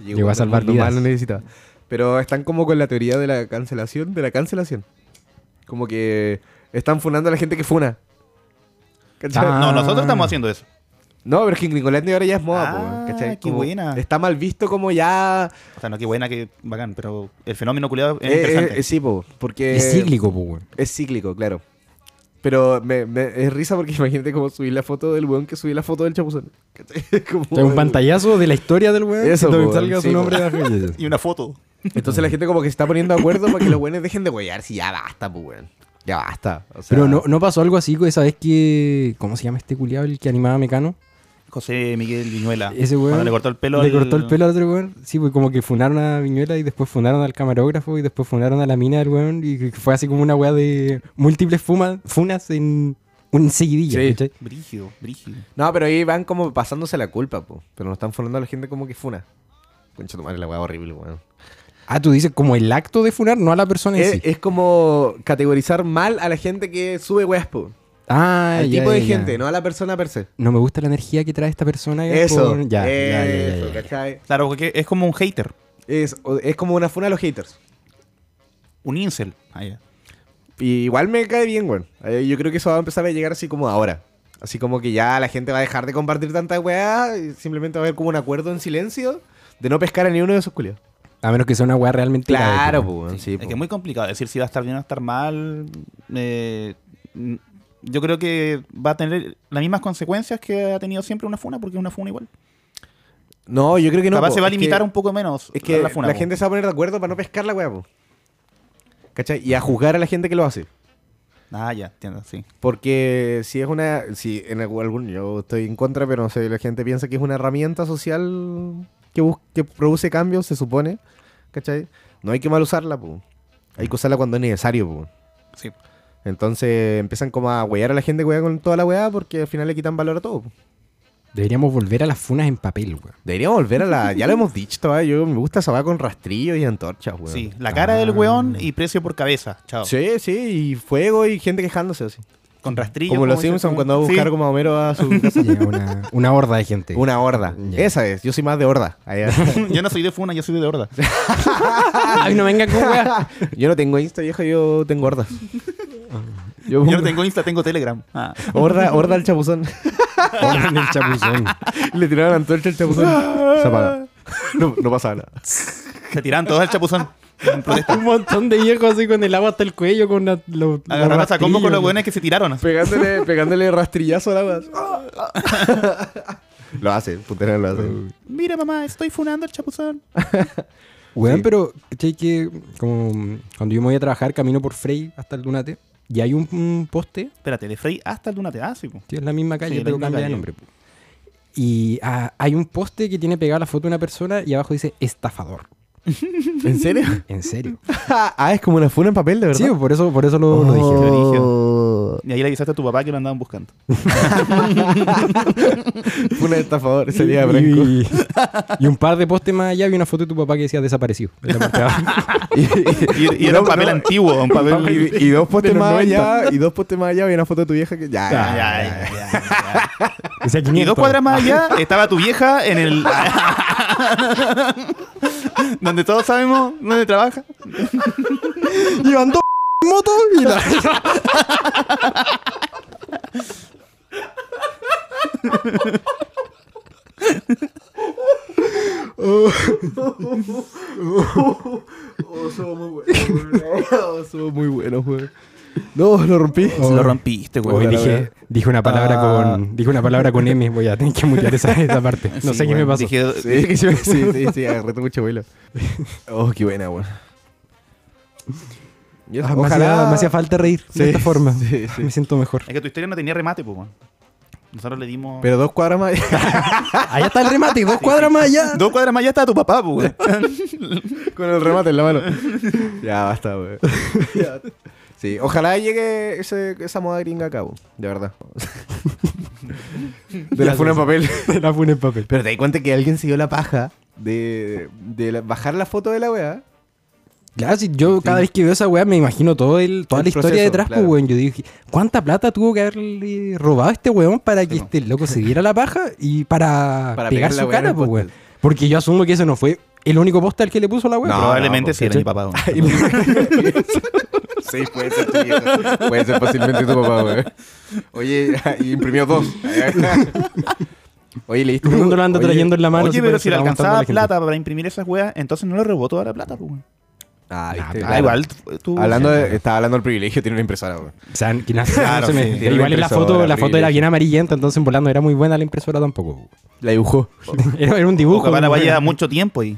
S1: Llegó,
S3: Llegó a
S1: cuando
S3: salvar
S1: lo más
S3: vidas.
S1: lo necesitaba. Pero están como con la teoría de la cancelación, de la cancelación. Como que están funando a la gente que funa. ¿Cachai?
S3: Ah.
S2: No, nosotros estamos haciendo eso.
S1: No, pero es que en Gringolandia ahora ya es moda,
S2: Ah,
S1: po, weón, ¿cachai?
S2: qué buena.
S1: Está mal visto como ya.
S2: O sea, no, qué buena, qué bacán, pero el fenómeno culiado es
S1: Eh,
S2: interesante.
S1: eh, sí, po, porque.
S3: es cíclico, pues, weón.
S1: Es cíclico, claro. Pero me, me- es risa porque imagínate como subir la foto del weón que subí la foto del chapuzón. ¿cachai? Es como-
S3: O sea, un pantallazo de la historia del weón.
S1: Eso,
S3: que te
S1: po,
S3: salga
S1: sí,
S3: su nombre
S1: po.
S3: abajo. Ya, ya.
S2: Y una foto.
S1: Entonces la gente como que se está poniendo de acuerdo para que los weones dejen de huear si ya basta, pues weón. Ya basta. O sea,
S3: Pero no, no pasó algo así esa vez que. ¿Cómo se llama este culiado el que animaba a Mecano?
S2: José Miguel
S1: Ah,
S2: Viñuela.
S3: Ese weón.
S2: Cuando le cortó el pelo.
S3: Le
S2: al-
S3: cortó el pelo al otro weón. Sí, pues como que funaron a Viñuela y después funaron al camarógrafo y después funaron a la mina del weón. Y que fue así como una weá de múltiples fumas, funas en un seguidilla.
S1: Sí.
S3: ¿cachai?
S2: Brígido, brígido.
S1: No, pero ahí van como pasándose la culpa, po. Pero nos están funando a la gente como que funa. Concha tu madre, la weá horrible, weón.
S3: Ah, tú dices como el acto de funar, no a la persona en
S1: Es,
S3: sí.
S1: es como categorizar mal a la gente que sube weas, po.
S3: ah,
S1: Al
S3: ya,
S1: tipo de
S3: ya, ya.
S1: gente, no a la persona per se.
S3: No me gusta la energía que trae esta persona.
S1: Eso.
S3: por- Ya, ya, ya, ya, ya,
S1: eso,
S3: ya.
S1: ¿cachai?
S2: Claro, porque es como un hater,
S1: Es, o- es como una funa a los haters.
S2: un incel. Ah, ya.
S1: Y igual me cae bien, weón. Eh, Yo creo que eso va a empezar a llegar así como ahora. Así como que ya la gente va a dejar de compartir tanta weá. y Simplemente va a haber como un acuerdo en silencio de no pescar a ni uno de esos culios.
S3: A menos que sea una weá realmente. grave,
S1: Claro,
S3: tipo.
S1: po, weón, sí,
S2: pues, es
S1: po.
S2: que es muy complicado decir si va a estar bien o va a estar mal. Eh, mm, yo creo que va a tener las mismas consecuencias que ha tenido siempre una funa, porque es una funa igual.
S1: No, yo creo que no.
S2: Capaz
S1: po.
S2: se va a
S1: Es que-
S2: limitar un poco menos
S1: Es que
S2: la
S1: la,
S2: funa. po.
S1: gente se va a poner de acuerdo para no pescar la weá, po. ¿Cachai? Y a juzgar a la gente que lo hace.
S2: Ah, ya, entiendo, sí.
S1: Porque si es una. Si en algún- algún. Yo estoy en contra, pero no sé. La gente piensa que es una herramienta social que, bus- que produce cambios, se supone. ¿Cachai? No hay que mal usarla, po. Hay que usarla cuando es necesario, po.
S2: sí.
S1: Entonces empiezan como a huear a la gente weá, con toda la weá porque al final le quitan valor a todo. po.
S3: Deberíamos volver a las funas en papel, weón.
S1: Deberíamos volver a la. ya lo hemos dicho, ¿eh? yo me gusta esa weá con rastrillo y antorchas, weón. Ah.
S2: Sí, la cara del weón y precio por cabeza. Chao.
S1: Sí, sí, y fuego y gente quejándose así.
S2: Con rastrillo.
S1: Como los
S2: dice
S1: Simpsons
S2: el-
S1: cuando va a
S2: Sí.
S1: buscar como a Homero a su casa.
S3: Sí, una, una horda de gente.
S1: Una horda.
S3: Ya.
S1: Esa es, yo soy más de horda. Ahí-
S2: yo no soy de funa, yo soy de horda.
S3: Ay, Ah, no vengan con weá.
S1: yo no tengo Insta, viejo, yo tengo hordas. Yo,
S2: Yo no tengo Insta, tengo Telegram. Ah.
S1: Horda, horda al chapuzón.
S3: Horda en el chapuzón.
S1: Le tiraron antorcha al chapuzón. Se apaga. No, no pasa nada.
S2: Se tiran todos al chapuzón. En protesta.
S3: Un montón de viejos así con el agua hasta el cuello, con la, lo- los
S2: Agarraron a combo con
S3: rastrillos.
S2: los weones que se tiraron.
S1: Pegándole, pegándole rastrillazo a la weá. Lo hace, puntero lo hace.
S2: Mira, mamá, estoy funando al chapuzón.
S3: Weón,
S1: Sí.
S3: pero, ¿cachai? Que como mm, cuando yo me voy a trabajar, camino por Frey hasta el Dunate. Y hay un, un poste,
S2: Espérate, de Frey hasta el lunateásico.
S3: que es la misma calle,
S2: Sí, la
S3: pero
S2: misma
S3: cambia de
S2: calle.
S3: nombre. Y ah, hay un poste que tiene pegada la foto de una persona y abajo dice estafador.
S1: ¿En serio?
S3: En serio.
S1: ah, es como una funa en papel, de verdad. Oh,
S3: Sí, por eso, por eso lo, lo dije.
S2: Y ahí le avisaste a tu papá que lo andaban buscando.
S1: Funa de estafador, sería Branco.
S3: y, y un par de postes más allá había una foto de tu papá que decía desaparecido. En la parte de abajo.
S1: Y,
S2: Y, y era un
S1: no,
S2: papel
S1: no.
S2: antiguo, un papel.
S1: Y, y dos postes
S3: De los
S1: más
S3: 90.
S1: allá, y dos postes más allá, había una foto de tu vieja que. Ya,
S2: Ya,
S1: ya, ya.
S2: ya, ya, ya, ya.
S3: Decía
S2: Y dos
S3: 500.
S2: cuadras más allá estaba tu vieja en el. donde todos sabemos dónde trabaja.
S3: Iban dos motos y la...
S1: Oh, somos muy buenos, oh, somos muy buenos, weón. No, lo rompí.
S3: Oh.
S2: Lo rompiste,
S3: Hoy
S2: güey.
S3: dije, dije una palabra
S2: Ah.
S3: con dije una palabra con M, voy a tener que mutear esa, esa parte. No
S2: Sí,
S3: sé qué
S2: güey,
S3: me pasó.
S2: dije-
S1: Sí, que sí, sí, sí, sí, agarré mucho vuelo. Oh, qué buena, weón. Y eso,
S3: Ah, me, hacía, me hacía falta reír
S1: Sí,
S3: de esta forma.
S1: sí, sí.
S3: Me siento mejor.
S2: Es que tu historia no tenía remate, pues, weón. Nosotros le dimos.
S1: Pero dos cuadras más.
S3: Allá está el remate, dos cuadras más allá.
S2: Dos cuadras más ya está tu papá, pues, weón.
S1: Con el remate en la mano. ya basta, weón. Ya. Sí, ojalá llegue ese- esa moda gringa a cabo, de verdad. De la
S3: Ya,
S1: funa en
S3: sí,
S1: papel.
S3: La pone en papel.
S1: Pero te di cuenta que alguien se dio la paja de, de la- bajar la foto de la weá.
S3: Claro, si yo cada vez que veo esa weá me imagino todo el, toda
S1: El
S3: la historia
S1: proceso,
S3: detrás, pues,
S1: claro.
S3: weón. Yo dije, ¿cuánta plata tuvo que haberle robado este weón para que
S2: Sí, po.
S3: este loco se diera la paja y para,
S1: Para pegar la
S3: pegar su
S1: weá en
S3: cara,
S1: el
S3: pues,
S1: póster.
S3: weón? Porque yo asumo que ese no fue el único poste al que le puso la weá.
S1: No, pues,
S2: Probablemente
S1: no,
S2: sí era mi papá, weón.
S1: sí, puede ser tu viejo. Puede ser fácilmente tu papá, weón. Oye, y imprimió dos. Oye, leíste.
S3: Todo el mundo lo anda
S1: oye,
S3: trayendo en la mano.
S2: Oye, pero si le alcanzaba
S3: alcanzaba
S2: plata para imprimir esas weas, entonces no le rebotó ahora plata, pues. weón.
S1: Ah, viste,
S3: Ah,
S1: claro.
S2: Ah, igual tú- tú.
S1: Hablando de, estaba hablando del privilegio, tiene una impresora, weón.
S3: O sea, que no-
S1: Claro,
S3: se me-
S1: sí, tiene una
S3: igual en la foto,
S1: impresora,
S3: la foto era
S1: privilegio.
S3: bien amarillenta, entonces en volando era muy buena la impresora tampoco.
S1: La dibujó.
S3: Era, era un dibujo.
S2: Ojo, para
S3: muy
S2: vaya
S3: bueno.
S2: mucho tiempo y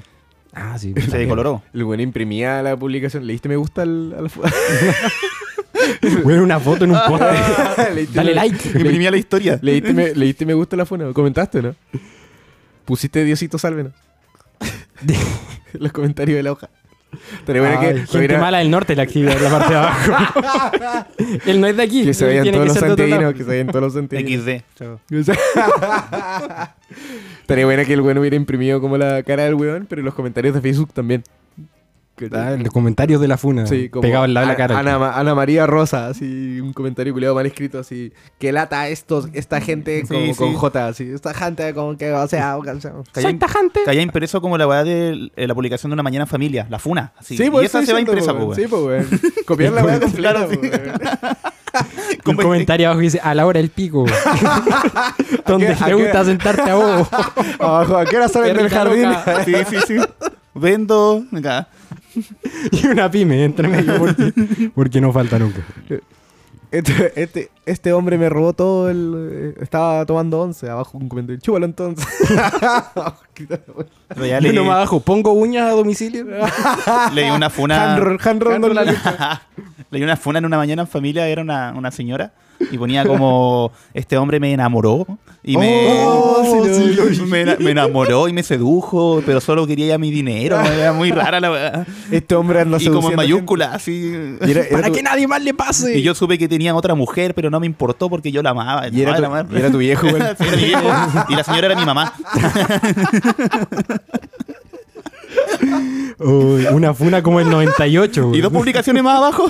S3: Ah, sí.
S2: se
S3: también.
S2: decoloró.
S1: El weón imprimía la publicación. ¿Leíste me gusta al- a la foto?
S3: Güey, una foto en un poste.
S1: Leíste
S3: Dale
S1: me-
S3: like.
S2: Imprimía la historia.
S1: Leíste me, leíste me gusta a la funa, comentaste, ¿no? Pusiste Diosito sálvenos. Los comentarios de la hoja. Pero bueno,
S3: Ay,
S1: que,
S3: gente
S1: hubiera-
S3: mala del norte la actividad en la parte de abajo. Él no es de aquí.
S1: que se
S3: él
S1: vayan
S3: tiene
S1: todos los
S3: ser de otro
S1: santiaguinos,
S3: lado.
S1: que se vayan todos los santiaguinos.
S2: XD.
S1: Estaría buena que el weón hubiera imprimido como la cara del weón, pero los comentarios de Facebook también. Que-
S3: Ah, en los comentarios de la funa.
S1: Sí, como
S3: Ah, pegado al lado de la
S1: Ana-
S3: cara.
S1: Ana, Ma- Ana María Rosa, así, un comentario culiado mal escrito, así, que lata estos, esta gente
S2: Sí,
S1: como
S2: sí.
S1: con J, así, esta gente como que, o sea, o sea,
S2: Soy tajante. Que haya impreso como la weá de eh, la publicación de una mañana en familia, la funa. Así.
S1: Sí,
S2: y
S1: pues,
S2: esa
S1: estoy
S2: se va impresa,
S1: diciendo,
S2: po,
S1: po,
S2: weón.
S1: Sí, pues, weón. Copiar la weá completa,
S2: Claro, sí.
S1: po, weón.
S3: Un
S2: Como-
S3: comentario abajo que dice, a la hora del pico. Donde
S1: ¿A qué- a
S3: te gusta
S1: qué-
S3: sentarte a vos.
S1: Abajo, ¿a qué hora salen
S3: Qué
S1: del
S3: rica
S1: jardín?
S3: loca.
S2: Sí, sí, sí. Vendo. Acá.
S3: y una pyme entre medio porque, porque no falta nunca.
S1: Este, este, este hombre me robó todo el... eh, Estaba tomando once, abajo un comentario, chúbalo entonces.
S2: Pero ya
S3: Y
S2: le,
S3: uno más abajo, pongo uñas a domicilio.
S2: le dio una funa.
S1: Han- Han Rondo en la lucha.
S2: Le dio una funa en una mañana en familia, era una, una señora. Y ponía como, este hombre me enamoró y me,
S1: Oh, sí, lo vi.
S2: me, ena- me enamoró y me sedujo, pero solo quería ya mi dinero. Era muy rara la verdad.
S1: Este hombre anda
S2: Y como en
S1: seduciendo
S2: mayúscula, así.
S1: gente. Y era- era
S3: Para
S1: tu-
S3: que nadie más le pase.
S2: Y yo supe que tenía otra mujer, pero no me importó porque yo la amaba.
S1: Y era,
S2: Ay,
S1: tu,
S2: la amaba.
S1: y era tu viejo, güey.
S2: Sí, era mi viejo. Y la señora era mi mamá.
S3: Uy, una funa como el 98.
S2: Y dos publicaciones más abajo.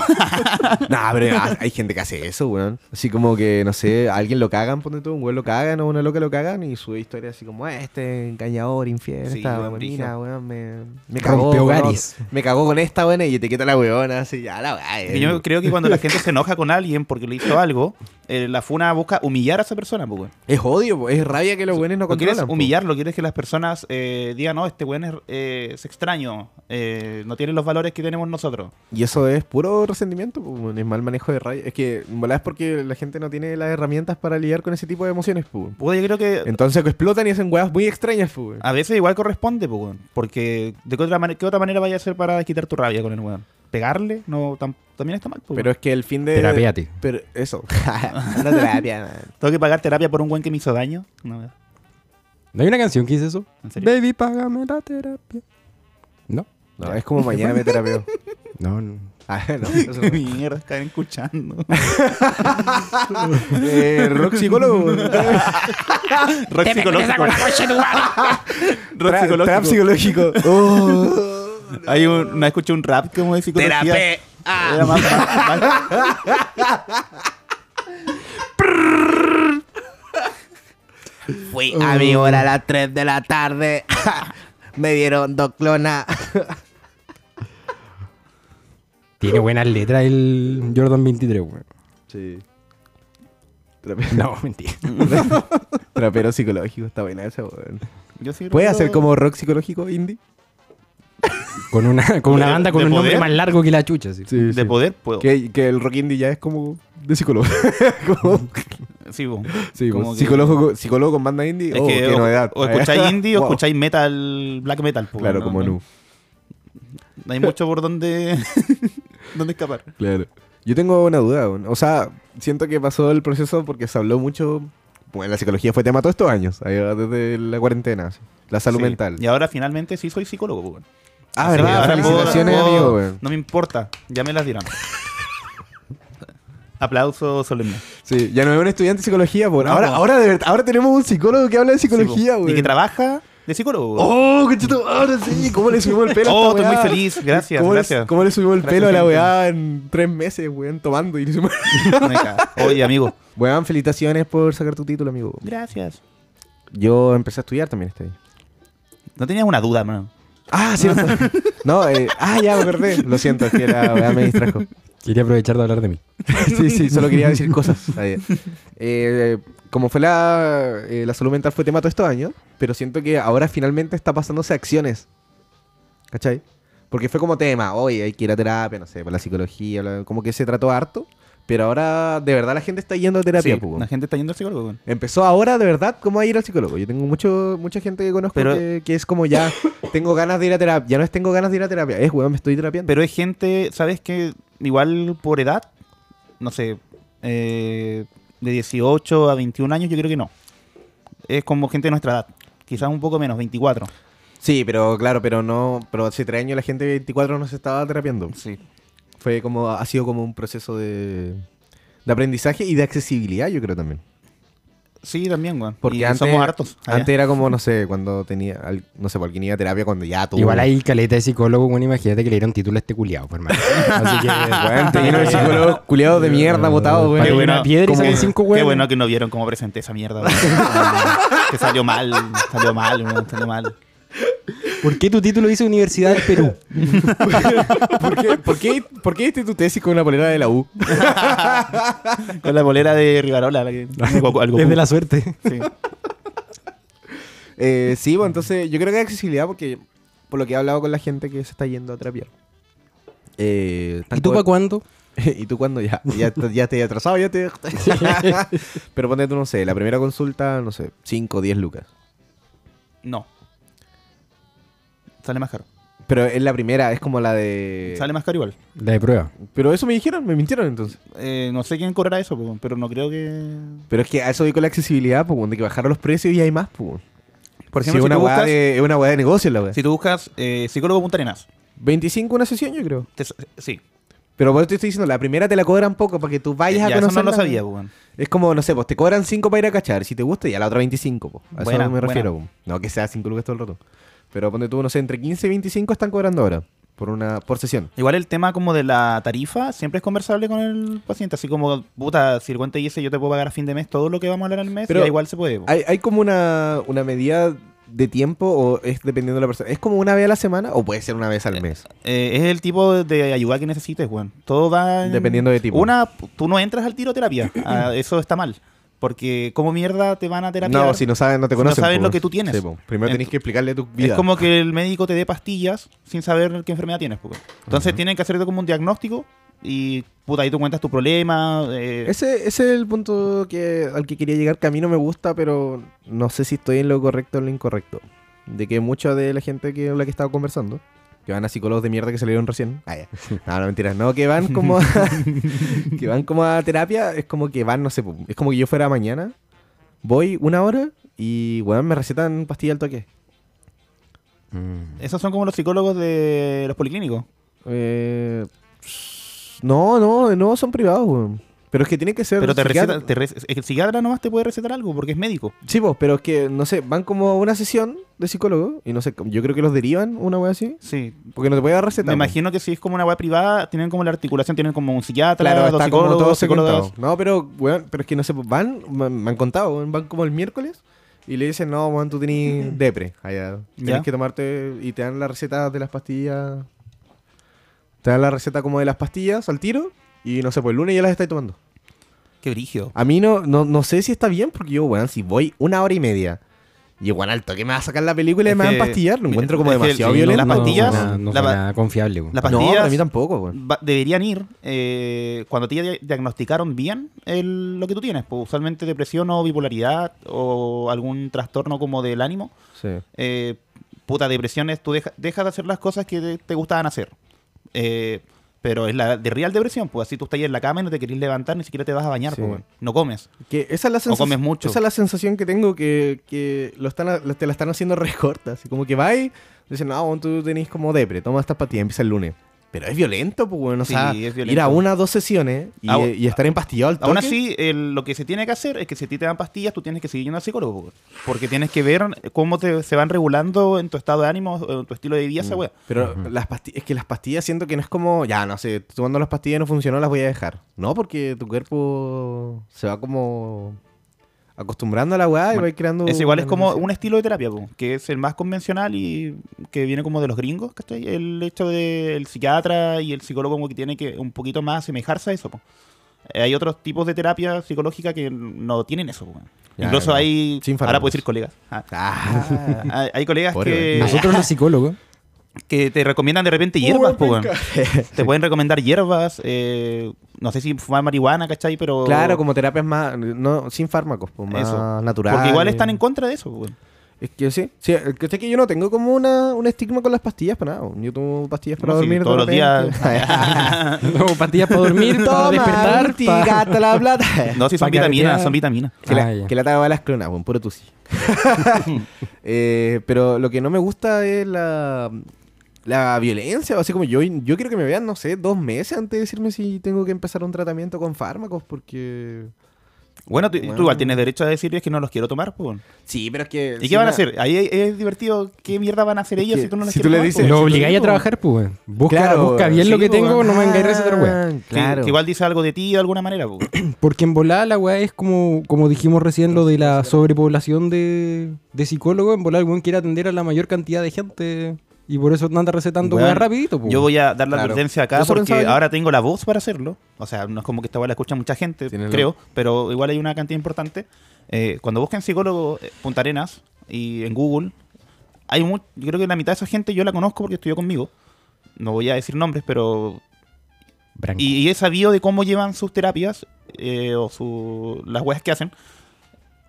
S1: nah, pero ha- hay gente que hace eso, weón. Así como que, no sé, a alguien lo cagan, ponte tú, un güey lo cagan o una loca lo cagan y sube historia así como, "Eh, este engañador, infiel,
S2: Sí,
S1: esta
S2: weón,
S1: weonina, weón, me, me cagó.
S3: Rompe
S1: weón.
S3: hogares.
S1: me cagó con esta, weón, y etiqueta a la weona, así, ya la weá. eh.
S2: Y yo creo que cuando la gente se enoja con alguien porque le hizo algo, eh, la funa busca humillar a esa persona. pues, güey.
S1: Es odio, po, es rabia que los güeyes no
S2: Lo quieres
S1: controlan. po.
S2: humillarlo, quieres que las personas eh, digan, no, este weón es, eh, es extraño, eh, no tiene los valores que tenemos nosotros.
S1: Y eso es puro resentimiento, po, weón, es mal manejo de rabia. Es que, en volada es porque la gente no tiene las herramientas para lidiar con ese tipo de emociones, po.
S2: Puta, Pues, yo creo que
S1: Entonces que explotan y hacen weas muy extrañas, po, weón.
S2: a veces igual corresponde, pues, weón, porque ¿de qué otra, mane- qué otra manera vaya a hacer para quitar tu rabia con el weón? ¿Pegarle? no tam- También está mal, pues,
S1: Pero
S2: weón.
S1: es que el fin de.
S3: Terapiate.
S1: Pero eso. Anda terapia, man.
S2: ¿Tengo que pagar terapia por un weón que me hizo daño? No, weón.
S3: ¿No hay una canción que dice eso?
S2: ¿En serio?
S3: Baby, págame la terapia. No,
S1: No, es como mañana me terapeo.
S3: no, no.
S1: Ah, no, eso no.
S2: Mierda, están escuchando.
S1: Eh, rock psicólogo. Tra-
S2: Rock psicológico. Rock psicológico.
S1: Trap psicológico. Oh.
S2: Hay un, una escuché un rap como de psicología.
S1: Ah.
S2: Era más- más- más-
S4: Fui a mi hora a las 3 de la tarde. Me dieron dos clonas.
S3: Tiene buenas letras el Jordan 23, weón.
S1: Sí. Trape-
S3: No, mentira.
S1: Trapero psicológico, está buena esa, weón.
S2: Yo sí
S1: ¿Puedes
S2: recuerdo-
S1: hacer como rock psicológico indie?
S3: Con una, con una
S2: ¿De-
S3: banda con
S2: de
S3: un nombre
S2: poder?
S3: más largo que la chucha, sí.
S1: Sí.
S2: De poder puedo.
S1: Que, que el rock indie ya es como de psicólogo. Como-
S2: Sí, po.
S1: sí,
S2: Como
S1: pues,
S2: que-
S1: psicólogo, con- psicólogo con banda indie.
S2: Es
S1: oh,
S2: que
S1: qué
S2: o,
S1: novedad.
S2: o escucháis indie o
S1: Wow.
S2: escucháis metal, black metal. po,
S1: Claro,
S2: no-
S1: como
S2: no,
S1: no.
S2: no hay mucho por donde, donde escapar.
S1: Claro. Yo tengo una duda, weón. o sea, siento que pasó el proceso porque se habló mucho. Bueno, la psicología fue tema todos estos años, ahí va desde la cuarentena, así. la salud
S2: Sí.
S1: mental.
S2: Y ahora finalmente sí soy psicólogo. po, weón.
S1: Ah,
S2: Así que
S1: verdad,
S2: ahora puedo-
S1: felicitaciones,
S2: puedo-
S1: amigo, weón.
S2: No me importa, ya me las dirán. Aplauso solemne.
S1: Sí, ya no es un estudiante de psicología, por
S2: No,
S1: ahora,
S2: po.
S1: ahora, de verdad- ahora tenemos un psicólogo que habla de
S2: Sí,
S1: psicología,
S2: po.
S1: güey.
S2: Y que trabaja de psicólogo. weón.
S1: Oh, conchito, ahora sí, ¿cómo le subimos el pelo? a
S2: Oh,
S1: esta
S2: estoy muy
S1: weá?
S2: feliz, gracias,
S1: ¿Cómo le-
S2: gracias.
S1: ¿Cómo le subimos el
S2: Gracias,
S1: pelo a la
S2: gente.
S1: weá en tres meses, weón, tomando? Y le subimos-
S2: Me cago. Oye, amigo.
S1: Weón, felicitaciones por sacar tu título, amigo.
S2: Gracias.
S1: Yo empecé a estudiar también este año.
S2: No tenías una duda, mano.
S1: Ah, cierto. no, eh, ah, ya me acordé. Lo siento, es que la weá me distrajo.
S3: Quería aprovechar de hablar de mí.
S1: sí, sí, solo quería decir cosas. Está bien. Eh, como fue la, eh, la salud mental fue tema todo estos años, pero siento que ahora finalmente está pasándose a acciones. ¿Cachai? Porque fue como tema, oye, hay que ir a terapia, no sé, para la psicología, bla, como que se trató harto, pero ahora de verdad la gente está yendo a terapia. pues,
S2: Sí,
S1: po,
S2: la gente está yendo al psicólogo. weón.
S1: Empezó ahora de verdad como a ir al psicólogo. Yo tengo mucho, mucha gente que conozco
S2: Pero-
S1: que, que es como ya tengo ganas de ir a terapia. Ya no es tengo ganas de ir a terapia, es weón, me estoy terapiando.
S2: Pero es gente, ¿sabes que Igual por edad, no sé, eh, de 18 a 21 años, yo creo que no. Es como gente de nuestra edad. Quizás un poco menos, 24.
S1: sí, pero claro, pero no, pero hace tres años la gente de 24 no se estaba terapiando.
S2: Sí.
S1: Fue como, ha sido como un proceso de, de aprendizaje y de accesibilidad, yo creo también.
S2: Sí, también, weón.
S1: Porque
S2: Y
S1: antes,
S2: somos hartos. allá.
S1: antes era como, no sé, cuando tenía, al- no sé, por alguien iba a terapia cuando ya tuvo.
S3: Igual hay caleta de psicólogo, bueno, imagínate que le dieron título a este culiado, hermano. Así que,
S1: Weón, te lleno de psicólogos culiados de mierda, botados,
S3: Qué
S2: Qué
S1: weón.
S3: bueno.
S2: bueno,
S3: una piedra y
S2: como-
S3: salen cinco
S2: Qué
S3: huevos.
S2: bueno que no vieron cómo presenté esa mierda. weón. que salió mal, salió mal, weón, salió mal.
S3: ¿Por qué tu título dice Universidad del Perú?
S1: ¿Por qué, por, qué, ¿Por qué diste tu tesis con una polera de la U?
S2: Con la bolera de Rivarola. la que- Goku- al Goku.
S3: Es de la suerte.
S2: Sí.
S1: Eh, sí, bueno, entonces yo creo que hay accesibilidad porque por lo que he hablado con la gente que se está yendo a terapiar. Eh, están
S3: ¿Y tú
S1: co-
S3: para cuándo?
S1: ¿Y tú cuándo ya? Ya, te- ya te he atrasado, ya te... Pero ponte tú, no sé, la primera consulta, no sé, 5 o 10 lucas.
S2: No. Sale más caro.
S1: Pero es la primera, es como la
S3: Eh.
S1: de...
S2: Sale más caro igual.
S3: La de prueba.
S1: Pero eso me dijeron, me mintieron entonces.
S2: Eh, no sé quién cobrará eso, po, pero no creo que.
S1: Pero es que a eso voy con la accesibilidad, pues, de que bajaron los precios y hay más, pues.
S2: Por
S1: Si es
S2: ejemplo, si,
S1: una
S2: tú
S1: weá
S2: buscas,
S1: de, es una weá de negocio la weá.
S2: si tú buscas eh, psicólogo Punta Arenas,
S1: 25 una sesión, yo creo.
S2: te sa- sí.
S1: Pero por eso te estoy diciendo, la primera te la cobran poco para que tú vayas
S2: Eh, Ya,
S1: a
S2: eso
S1: conocer.
S2: no lo sabía, po, weón.
S1: Es como, no sé, pues te cobran 5 para ir a cachar. Si te gusta, ya la otra 25, po. A
S2: Buena,
S1: eso me
S2: buena.
S1: refiero, po. No que sea 5 lucas todo el rato. Pero ponte tú, no sé, entre 15 y 25 están cobrando ahora. Por una por sesión.
S2: Igual el tema como de la tarifa siempre es conversable con el paciente. Así como, puta, si el guante dice yo te puedo pagar a fin de mes todo lo que vamos a hablar al mes,
S1: Pero-
S2: ya igual se puede. po.
S1: ¿Hay, hay como una, una medida de tiempo o es dependiendo de la persona? ¿Es como una vez a la semana o puede ser una vez al mes?
S2: Eh, es el tipo de ayuda que necesites, weón. Todo va. en-
S1: Dependiendo de tipo.
S2: Una, tú no entras al tiro terapia. Ah, eso está mal. Porque, ¿cómo mierda te van a terapia?
S1: No, si no saben, no te
S2: si no
S1: conocen.
S2: saben
S1: po.
S2: lo que tú tienes.
S1: Sí, po. Primero tenés
S2: Ent-
S1: que explicarle tu vida.
S2: Es como que el médico te dé pastillas sin saber qué enfermedad tienes. po. Entonces tienen que hacerte como un diagnóstico y puta, ahí tú cuentas tu problema. eh,
S1: Ese, ese es el punto que, al que quería llegar, que a mí no me gusta, pero no sé si estoy en lo correcto o en lo incorrecto. De que mucha de la gente que, con la que estaba conversando, que van a psicólogos de mierda que salieron recién. Ah, ya. No, no, mentiras. No, que van como a, que van como a terapia, es como que van, no sé, pum, es como que yo fuera mañana, voy una hora y, weón, me recetan pastilla al toque.
S2: Esos son como los psicólogos de los policlínicos.
S1: Eh, no, no, no, son privados, weón. Pero es que tiene que ser...
S2: Pero te
S1: psiquiatra-
S2: receta, te rece- el psiquiatra nomás te puede recetar algo porque es médico.
S1: Sí, vos, pero es que, no sé, van como a una sesión de psicólogo y no sé, yo creo que los derivan una wea así,
S2: Sí.
S1: porque no te puede dar receta.
S2: Me
S1: po.
S2: imagino que si es como una web privada, tienen como la articulación, tienen como un psiquiatra,
S1: Claro,
S2: dos
S1: está como
S2: psicólogos,
S1: todo
S2: psicólogas.
S1: segmentado. No, pero, weón, pero es que no sé, pues, van, me, me han contado, weón, van como el miércoles y le dicen, no, weón, tú tenés depre, allá, tenés
S2: Ya.
S1: que tomarte y te dan la receta de las pastillas, te dan la receta como de las pastillas al tiro y no sé, pues el lunes ya las estáis tomando.
S2: Qué brígido.
S1: A mí no, no, no sé si está bien, porque yo, weón, si voy una hora y media y, weón, al toque me va a sacar la película y
S2: Es
S1: me van
S2: que-
S1: a pastillar, lo encuentro como
S2: es que el-
S1: demasiado
S2: sí,
S1: violento.
S2: las pastillas-
S3: No, suena- no
S2: la pa-
S3: suena confiable, weón.
S2: la pa-
S1: No,
S2: pastillas-
S1: para mí tampoco, weón.
S2: Va- deberían ir eh, cuando te dia- diagnosticaron bien el- lo que tú tienes, pues, usualmente depresión o bipolaridad o algún trastorno como del ánimo.
S1: Sí.
S2: eh, puta, depresión es tú deja- dejas de hacer las cosas que te, te gustaban hacer. Eh, pero es la de real depresión, pues así tú estás ahí en la cama y no te querés levantar, ni siquiera te vas a bañar,
S1: Sí.
S2: pues, weón. no comes.
S1: Que esa es la sensación.
S2: comes mucho.
S1: Esa es la sensación que tengo que, que lo están, a- lo- te la están haciendo recorta. Así como que va y dicen, no, weón, tú tenés como depre, toma estas pastillas, empieza el lunes. Pero es violento, pues, weón. O
S2: Sí,
S1: sea,
S2: es violento.
S1: ir a una o dos sesiones y, eh,
S2: Aún-
S1: y estar empastillado al toque.
S2: Aún así, el- lo que se tiene que hacer es que si a ti te dan pastillas, tú tienes que seguir yendo al psicólogo, pues, porque tienes que ver cómo te, se van regulando en tu estado de ánimo, en tu estilo de vida,
S1: Mm.
S2: esa weá.
S1: Pero las pasti- es que las pastillas siento que no es como, ya, no sé, estoy tomando las pastillas y no funcionó, las voy a dejar. No, porque tu cuerpo se va como acostumbrando a la weá y
S2: Bueno,
S1: vais creando.
S2: Es igual,
S1: una
S2: es como
S1: relación.
S2: un estilo de terapia, po, que es el más convencional y que viene como de los gringos, ¿cachai? El hecho del psiquiatra y el psicólogo como que tiene que un poquito más asemejarse a eso, po. Eh, Hay otros tipos de terapia psicológica que no tienen eso, po, weón.
S1: Ya,
S2: Incluso
S1: ya.
S2: hay,
S1: Sin
S2: ahora puedo
S1: fármacos.
S2: decir colegas, Ah,
S1: Ah,
S2: hay, hay colegas
S1: Pobre,
S2: que,
S3: Nosotros los psicólogos.
S2: que te recomiendan de repente hierbas,
S1: Oh,
S2: po, weón. Te pueden recomendar hierbas, eh, no sé si fumar marihuana, ¿cachai? Pero...
S1: claro, como terapias más. No, sin fármacos, pues, más
S2: Eso.
S1: naturales.
S2: Porque igual están en contra de eso, po, weón.
S1: Es que sí. sí es que, sé que yo no tengo como una, un estigma con las pastillas para nada. Yo tomo pastillas para
S2: No, sí,
S1: dormir. de
S2: todos los
S1: repente.
S2: Ah.
S3: No, pastillas para dormir, para
S1: Toma,
S3: despertar.
S1: Urti,
S3: pa-
S1: gata la plata.
S2: No, si son
S3: Pa' carretear.
S2: vitaminas, son vitaminas.
S1: Que,
S3: Ah,
S1: la,
S3: ya.
S1: que la taba de las clonas, buen puro tusi. eh, pero lo que no me gusta es la, la violencia. Así como yo, yo quiero que me vean, no sé, dos meses antes de decirme si tengo que empezar un tratamiento con fármacos, porque.
S2: Bueno, tú, tú
S1: Bueno.
S2: igual tienes derecho a decirles que no los quiero tomar, pues.
S1: Sí, pero es que.
S2: ¿Y qué van a hacer? Ahí es- es divertido. ¿Qué mierda van a hacer ellos
S1: que
S2: si tú no las
S1: si tú
S2: quieres
S1: le
S2: tomar,
S1: dices,
S2: po?
S1: no,
S3: Lo
S1: Sí,
S3: obligáis
S1: digo.
S3: a trabajar, pues, weón. Busca, busca bien
S1: sí,
S3: lo que
S1: pues,
S3: tengo, no me engañes otra weá.
S1: ah,
S2: Que-
S1: Claro.
S2: que igual dice algo de ti de alguna manera, po.
S3: Ah. Porque en volada la weá es como, como dijimos recién, lo de la sobrepoblación de, de psicólogos. En volada el weón quiere atender a la mayor cantidad de gente. Y por eso anda recetando
S2: Weón,
S3: weá rapidito, pues.
S2: Yo voy a dar la
S1: Claro.
S2: advertencia acá
S1: Eso
S2: porque
S1: pensaba yo.
S2: ahora tengo la voz para hacerlo. O sea, no es como que esta weá la escucha mucha gente,
S1: Tiene la-
S2: creo, pero igual hay una cantidad importante. Eh, cuando busquen psicólogo eh, Punta Arenas y en Google, hay mu- yo creo que la mitad de esa gente yo la conozco porque estudió conmigo. No voy a decir nombres, pero
S3: Branco.
S2: Y, y he sabido de cómo llevan sus terapias eh, o su, las weas que hacen.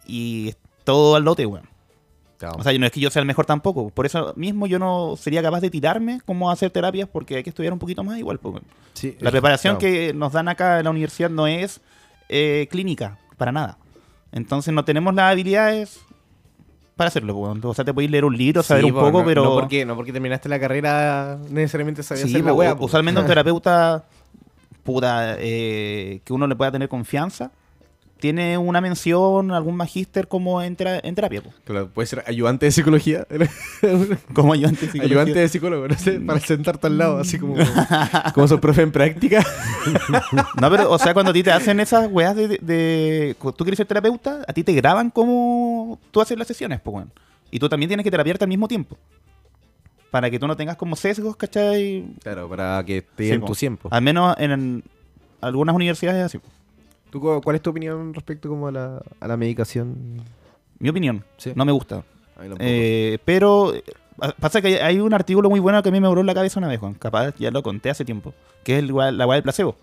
S2: Y es todo al lote, weón. O sea, no es que yo sea el mejor tampoco. Por eso mismo yo no sería capaz de tirarme como a hacer terapias porque hay que estudiar un poquito más igual. po, weón.
S1: Sí,
S2: La
S1: es-
S2: preparación
S1: claro.
S2: que nos dan acá en la universidad no es eh, clínica, para nada. Entonces no tenemos las habilidades para hacerlo. po, weón. O sea, te podéis leer un libro, saber
S1: Sí,
S2: un
S1: po,
S2: poco,
S1: no-
S2: pero...
S1: No porque, no porque terminaste la carrera necesariamente sabías
S2: Sí,
S1: hacer la
S2: po,
S1: wea. po.
S2: usualmente un terapeuta puta eh, que uno le pueda tener confianza tiene una mención, algún magíster como en, tera- en terapia. po.
S1: Claro, puede ser ayudante de psicología.
S2: Como ayudante de psicología.
S1: Ayudante de psicólogo, no sé, para sentarte al lado, así como, como sos profe en práctica.
S2: No, pero o sea, cuando a ti te hacen esas weas de, de- de- cu- Tú quieres ser terapeuta, a ti te graban cómo tú haces las sesiones, pues, weón. Y tú también tienes que terapiarte al mismo tiempo. Para que tú no tengas como sesgos, ¿cachai?
S1: Claro, para que te
S2: Sí,
S1: den
S2: po.
S1: tu tiempo.
S2: Al menos en, en algunas universidades es así. po.
S1: ¿Tú, cu- ¿Cuál es tu opinión respecto como a la, a la medicación?
S2: Mi opinión.
S1: Sí.
S2: No me gusta.
S1: A mí tampoco.
S2: Eh, pero eh, pa- pasa que hay- hay un artículo muy bueno que a mí me voló la cabeza una vez, Juan. Capaz ya lo conté hace tiempo. Que es el gua- la guay del placebo.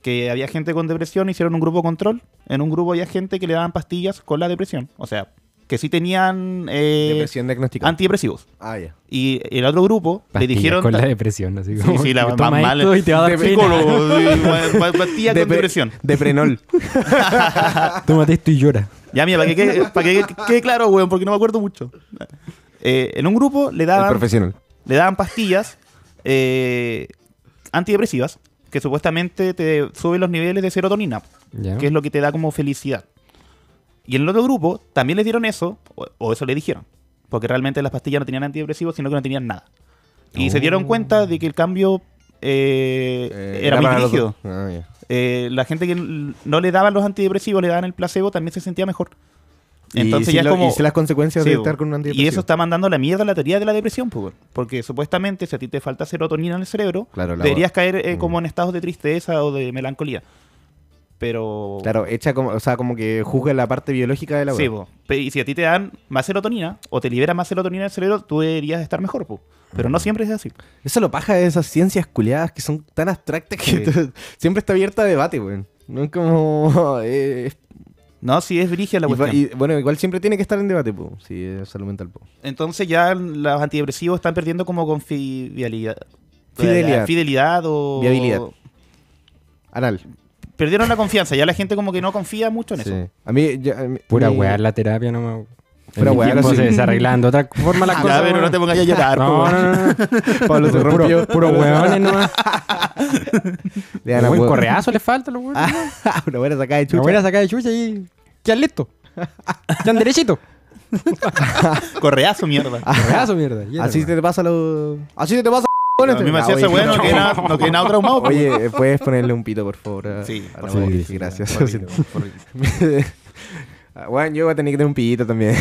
S2: Que había gente con depresión, hicieron un grupo control. En un grupo había gente que le daban pastillas con la depresión. O sea, que sí tenían eh,
S1: Depresión diagnosticada.
S2: antidepresivos.
S1: ah, ya.
S2: Y el otro grupo le
S3: Pastillas
S2: dijeron.
S3: con la
S2: ta-
S3: depresión, así
S2: Sí,
S3: como.
S2: sí, la
S3: toma
S2: más mal-
S3: esto y te va a dar
S2: de-
S3: pena.
S2: psicólogo, sí, pa- pa- Pastillas con
S1: pre-
S2: depresión.
S1: de prenol.
S3: Tómate esto y llora.
S2: Ya, mira, para que quede, para que quede claro, weón, porque no me acuerdo mucho. Eh, en un grupo le
S1: el
S2: daban.
S1: profesional.
S2: le daban pastillas eh, antidepresivas que supuestamente te suben los niveles de serotonina,
S3: Ya.
S2: que es lo que te da como felicidad. Y en el otro grupo también les dieron eso, o, o eso le dijeron, porque realmente las pastillas no tenían antidepresivos, sino que no tenían nada. Y se dieron cuenta de que el cambio eh, era, muy rígido. Eh,
S1: Ah, ya.
S2: la gente que n- no le daban los antidepresivos, le daban el placebo, también se sentía mejor.
S1: Y
S2: Entonces
S1: sí
S2: ya es
S1: lo-
S2: como...
S1: y sí las consecuencias
S2: Sí,
S1: de
S2: bo.
S1: estar con un antidepresivo.
S2: Y eso está mandando a la mierda la teoría de la depresión, pues, weón. porque supuestamente si a ti te falta serotonina en el cerebro,
S1: Claro, la
S2: deberías caer eh,
S1: Mm.
S2: como en estados de tristeza o de melancolía. Pero...
S1: Claro, hecha como, o sea, como que juzga la parte biológica de la
S2: Sí,
S1: wea.
S2: po. Pe- y si a ti te dan más serotonina o te libera más serotonina en el cerebro, tú deberías estar mejor, pues. Pero
S1: Mm.
S2: no siempre es así.
S1: Eso lo paja de esas ciencias culiadas que son tan abstractas que
S2: Sí.
S1: te- siempre está abierta a debate, weón. No es como. eh, es-
S2: No, si es brigia la
S1: y va-
S2: cuestión.
S1: y, bueno, igual siempre tiene que estar en debate, po. Sí, es salud mental, po.
S2: Entonces ya los antidepresivos están perdiendo como confiabilidad.
S1: Fidelidad.
S2: Fidelidad o...
S1: Viabilidad. Anal.
S2: Perdieron la confianza. Ya la gente como que no confía mucho en
S1: Sí.
S2: eso.
S1: A mí. ya- a mí-
S3: Pura
S1: mi-
S3: weá la terapia nomás.
S1: Pura
S3: En mi
S1: weá,
S3: tiempo
S1: lo
S3: se
S1: sé.
S3: desarreglando. Otra forma
S1: Ah,
S3: la
S2: Ya,
S3: cosa.
S2: pero no
S3: weón.
S2: te pongas a llorar, po,
S3: No,
S2: weón.
S3: no, no, no.
S1: Pablo se rompió.
S3: Puro, puro hueones nomás.
S1: Le dan
S3: Un
S1: a
S3: buen
S1: huevo.
S3: correazo le falta a los hueones.
S1: Ah, una buena sacada de
S3: La
S1: chucha.
S3: buena saca de chucha y. Quedan listo. Quedan derechito.
S2: Correazo, mierda.
S3: Correazo, mierda. Y era
S1: Así
S3: nomás.
S1: te pasa los. Así te pasa.
S2: a mí me
S1: ah,
S2: hacía ese bueno, no quedé nada, no quedé nada traumado. po.
S4: pues,
S1: Oye, ¿puedes ponerle un pito, por favor? a-
S2: Sí,
S1: a
S2: por
S1: la
S2: favor.
S1: Mauri? Gracias.
S2: Horrible, horrible.
S4: Ah, Bueno, yo voy a tener que tener un pillito también.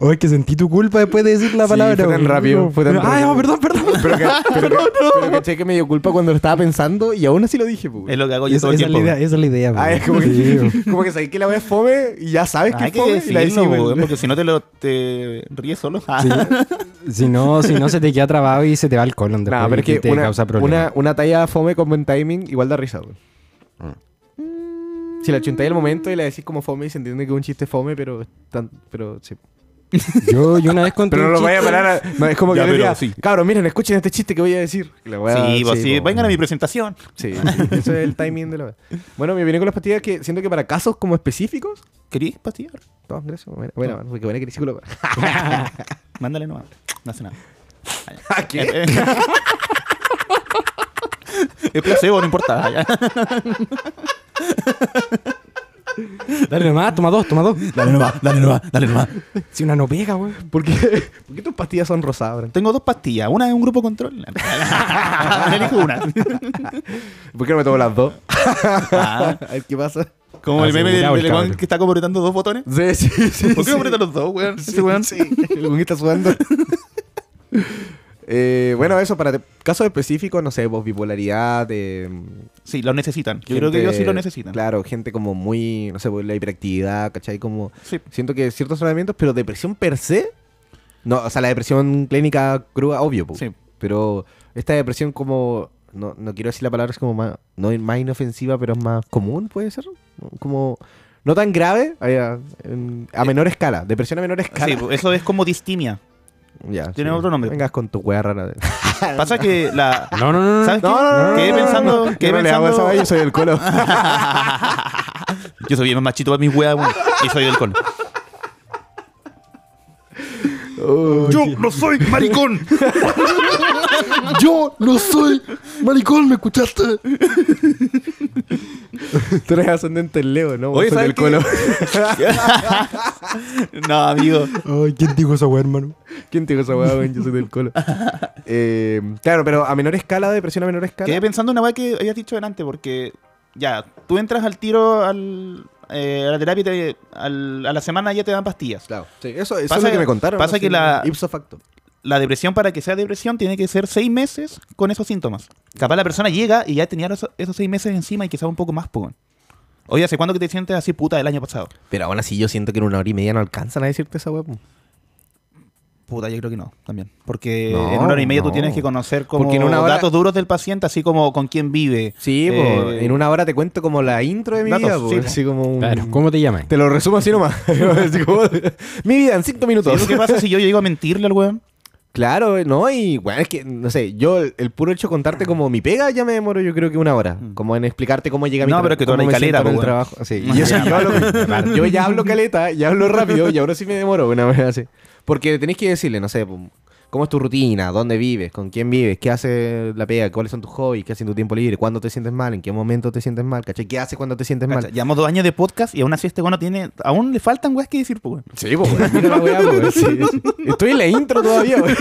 S3: Oye, que sentí tu culpa después de decir la
S4: Sí,
S3: palabra.
S4: fue tan
S3: weón.
S4: rápido, fue tan
S3: Pero- Ay,
S4: rápido.
S3: no, perdón, perdón.
S4: pero que, pero que- pero caché que me dio culpa cuando lo estaba pensando y aún así lo dije, pues.
S2: Es lo que hago yo
S3: esa,
S2: todo el
S3: esa es la
S2: tiempo.
S3: idea,
S2: weón.
S3: esa es la idea.
S4: Ah,
S3: weón.
S4: es como que,
S3: Sí, weón.
S4: como que sabes que la wea es fome y ya sabes que
S2: Hay
S4: es
S2: que
S4: fome y la
S2: decirlo,
S4: decís,
S2: weón,
S4: weón.
S2: porque si no te lo te ríes solo.
S3: Sí. si no, si no se te queda trabado y se te va el colon después
S4: Nah, pero es
S3: y
S4: que
S3: te
S4: una,
S3: causa problemas.
S4: una, una talla fome con buen timing igual da risa, weón. Si la chuntáis al momento y la decís como fome y se entiende que es un chiste fome, pero, tan- pero sí.
S3: Yo, yo una vez conté
S4: Pero no
S3: un
S4: lo
S3: chiste-
S4: vaya a parar. a- no, es como que
S2: Ya,
S4: yo le
S2: pero
S4: diga,
S2: sí.
S4: cabrón, miren, escuchen este chiste que voy a decir. La wea-
S2: Sí, pues sí,
S4: po,
S2: vengan a mi
S4: weón.
S2: presentación.
S4: Sí, sí, eso es el timing de la wea. Bueno, mi opinión con las pastillas es que siento que para casos como específicos.
S2: ¿Queréis pastillar?
S4: No, gracias. Bueno, bueno, bueno, porque buena que eres psicólogo.
S2: Mándale nomás. No hace nada.
S4: ¿A qué?
S2: Eh, Es placebo, no importa. ya.
S3: Dale nomás, toma dos, toma dos.
S2: Dale nomás, dale nomás, dale nomás.
S3: Si una no pega, güey.
S4: ¿Por qué, por qué tus pastillas son rosadas, Bran?
S2: Tengo dos pastillas. Una es un grupo control. Elijo una.
S4: ¿Por qué no me tomo las dos?
S2: Ah,
S4: A ver qué pasa.
S2: como Ah, el meme del,
S3: Asegurado el
S2: del weón
S3: cabrón.
S2: que está como apretando dos botones.
S4: Sí, sí, sí.
S2: ¿Por qué
S4: sí.
S2: no apretan los dos, weón? Ese
S4: Sí,
S2: weón.
S4: sí. El weón que está sudando. Eh, bueno, eso, para te- casos específicos, no sé, vos, bipolaridad, eh,
S2: Sí, lo necesitan. Yo creo
S4: Gente-
S2: que ellos sí lo necesitan.
S4: Claro, gente como muy, no sé, pues, la hiperactividad, ¿cachai? Como
S2: Sí.
S4: siento que ciertos tratamientos, pero depresión per se, no, o sea, la depresión clínica cruda, obvio, po.
S2: Sí.
S4: pero esta depresión como, no, no quiero decir la palabra, es como más, no es más inofensiva, pero es más común, puede ser, como no tan grave, a, a- en- a menor escala, depresión a menor escala.
S2: Sí, pues, eso es como distimia.
S4: Ya,
S2: tiene otro nombre.
S4: Vengas con tu wea rara. de-
S2: Pasa que la.
S3: No, no, no. no.
S2: ¿Sabes qué? Quedé pensando.
S4: no,
S2: quedé
S4: no le hago esa
S2: pensando-
S4: wea, yo soy el colo.
S2: Yo soy bien machito para mis weas, weón. Y soy del colo.
S3: Oh,
S2: Yo no soy maricón.
S4: Yo no soy maricón, ¿me escuchaste? Tú eres ascendente en Leo, ¿no?
S2: Oye,
S4: Soy
S2: ¿sabes
S4: del
S2: qué?
S4: Colo.
S2: no, amigo.
S3: Ay, ¿quién dijo esa güey, hermano?
S4: ¿Quién te dijo esa weá, weón? Yo soy del Colo. Eh, claro, pero a menor escala, depresión a menor escala.
S2: Quedé pensando en una weá que habías dicho delante, porque ya, tú entras al tiro al, eh, a la terapia y te- al- a la semana ya te dan pastillas.
S4: Claro, sí, eso, eso
S2: Pasa
S4: es lo que
S2: que-
S4: me contaron.
S2: pasa
S4: así,
S2: que la-
S4: Ipso facto.
S2: La depresión, para que sea depresión, tiene que ser seis meses con esos síntomas. Capaz la persona llega y ya tenía los- esos seis meses encima y quizá un poco más, pugón. Oye, ¿hace cuándo que te sientes así puta del año pasado?
S4: Pero aún así yo siento que en una hora y media no alcanzan a decirte esa weá. pues. po.
S2: Puta, yo creo que no, también. Porque
S4: No,
S2: en una hora y media
S4: no.
S2: tú tienes que conocer como
S4: Porque en una hora-
S2: datos duros del paciente, así como con quién vive.
S4: Sí, po,
S2: eh,
S4: en una hora te cuento como la intro de mi
S2: datos,
S4: vida, po,
S2: sí, po.
S4: así como un-
S3: Claro, ¿cómo te llamas?
S4: Te lo resumo así nomás. Así como- mi vida en cinco
S2: ¿sí
S4: minutos.
S2: lo que pasa si yo llego a mentirle al weón?
S4: Claro, no, y bueno, es que, no sé, yo el, el puro hecho de contarte como mi pega ya me demoro yo creo que una hora. Como en explicarte cómo llega mi
S2: Mm. No,
S4: tra-
S2: pero que tú
S4: cómo
S2: hablas
S4: me siento
S2: caleta,
S4: en el
S2: po, weón.
S4: trabajo. Sí, y eso yo, hablo, yo ya hablo caleta, ya hablo rápido y ahora sí me demoro una vez así. Porque tenés que decirle, no sé, pum, cómo es tu rutina, dónde vives, con quién vives, qué hace la pega, cuáles son tus hobbies, qué haces en tu tiempo libre, cuándo te sientes mal, en qué momento te sientes mal, ¿cachai? ¿Qué haces cuando te sientes
S2: Cacha,
S4: mal?
S2: Llevamos dos años de podcast y aún así este bueno tiene. Aún le faltan weas que decir, pues, weón.
S4: Sí, pues, weón, mira la weá, weón, sí, sí. Estoy en la intro todavía, weón.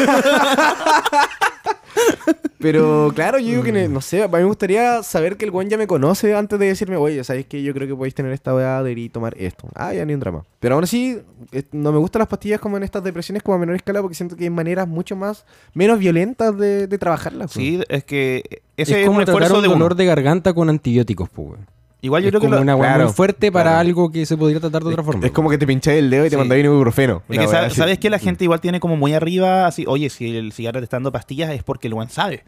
S4: Pero claro, yo digo que
S2: Mm.
S4: ne- no sé, a mí me gustaría saber que el weón ya me conoce antes de decirme, oye, ¿sabes qué? Yo creo que podéis tener esta weá, deberíais tomar esto. Ah, ya ni un drama. Pero aún así, eh, no me gustan las pastillas como en estas depresiones como a menor escala porque siento que hay maneras mucho más, menos violentas de, de trabajarlas. weón.
S2: Sí, es que ese es,
S3: es como
S2: un
S3: tratar
S2: esfuerzo
S3: un
S2: de
S3: dolor
S2: uno.
S3: de garganta con antibióticos, pues, güey.
S4: Ah,
S2: Igual yo
S3: Es
S2: creo que
S3: como
S2: lo-
S3: una weá
S4: claro,
S3: muy fuerte para
S4: claro.
S3: algo que se podría tratar de otra forma.
S4: Es como que te pincháis el dedo y te
S2: Sí.
S4: mandáis un ibuprofeno.
S2: es
S4: una
S2: que
S4: weá
S2: sa-
S4: así. Mm.
S2: sabes que la gente igual tiene como muy arriba, así, oye, si el cigarro te está dando pastillas es porque el weón sabe.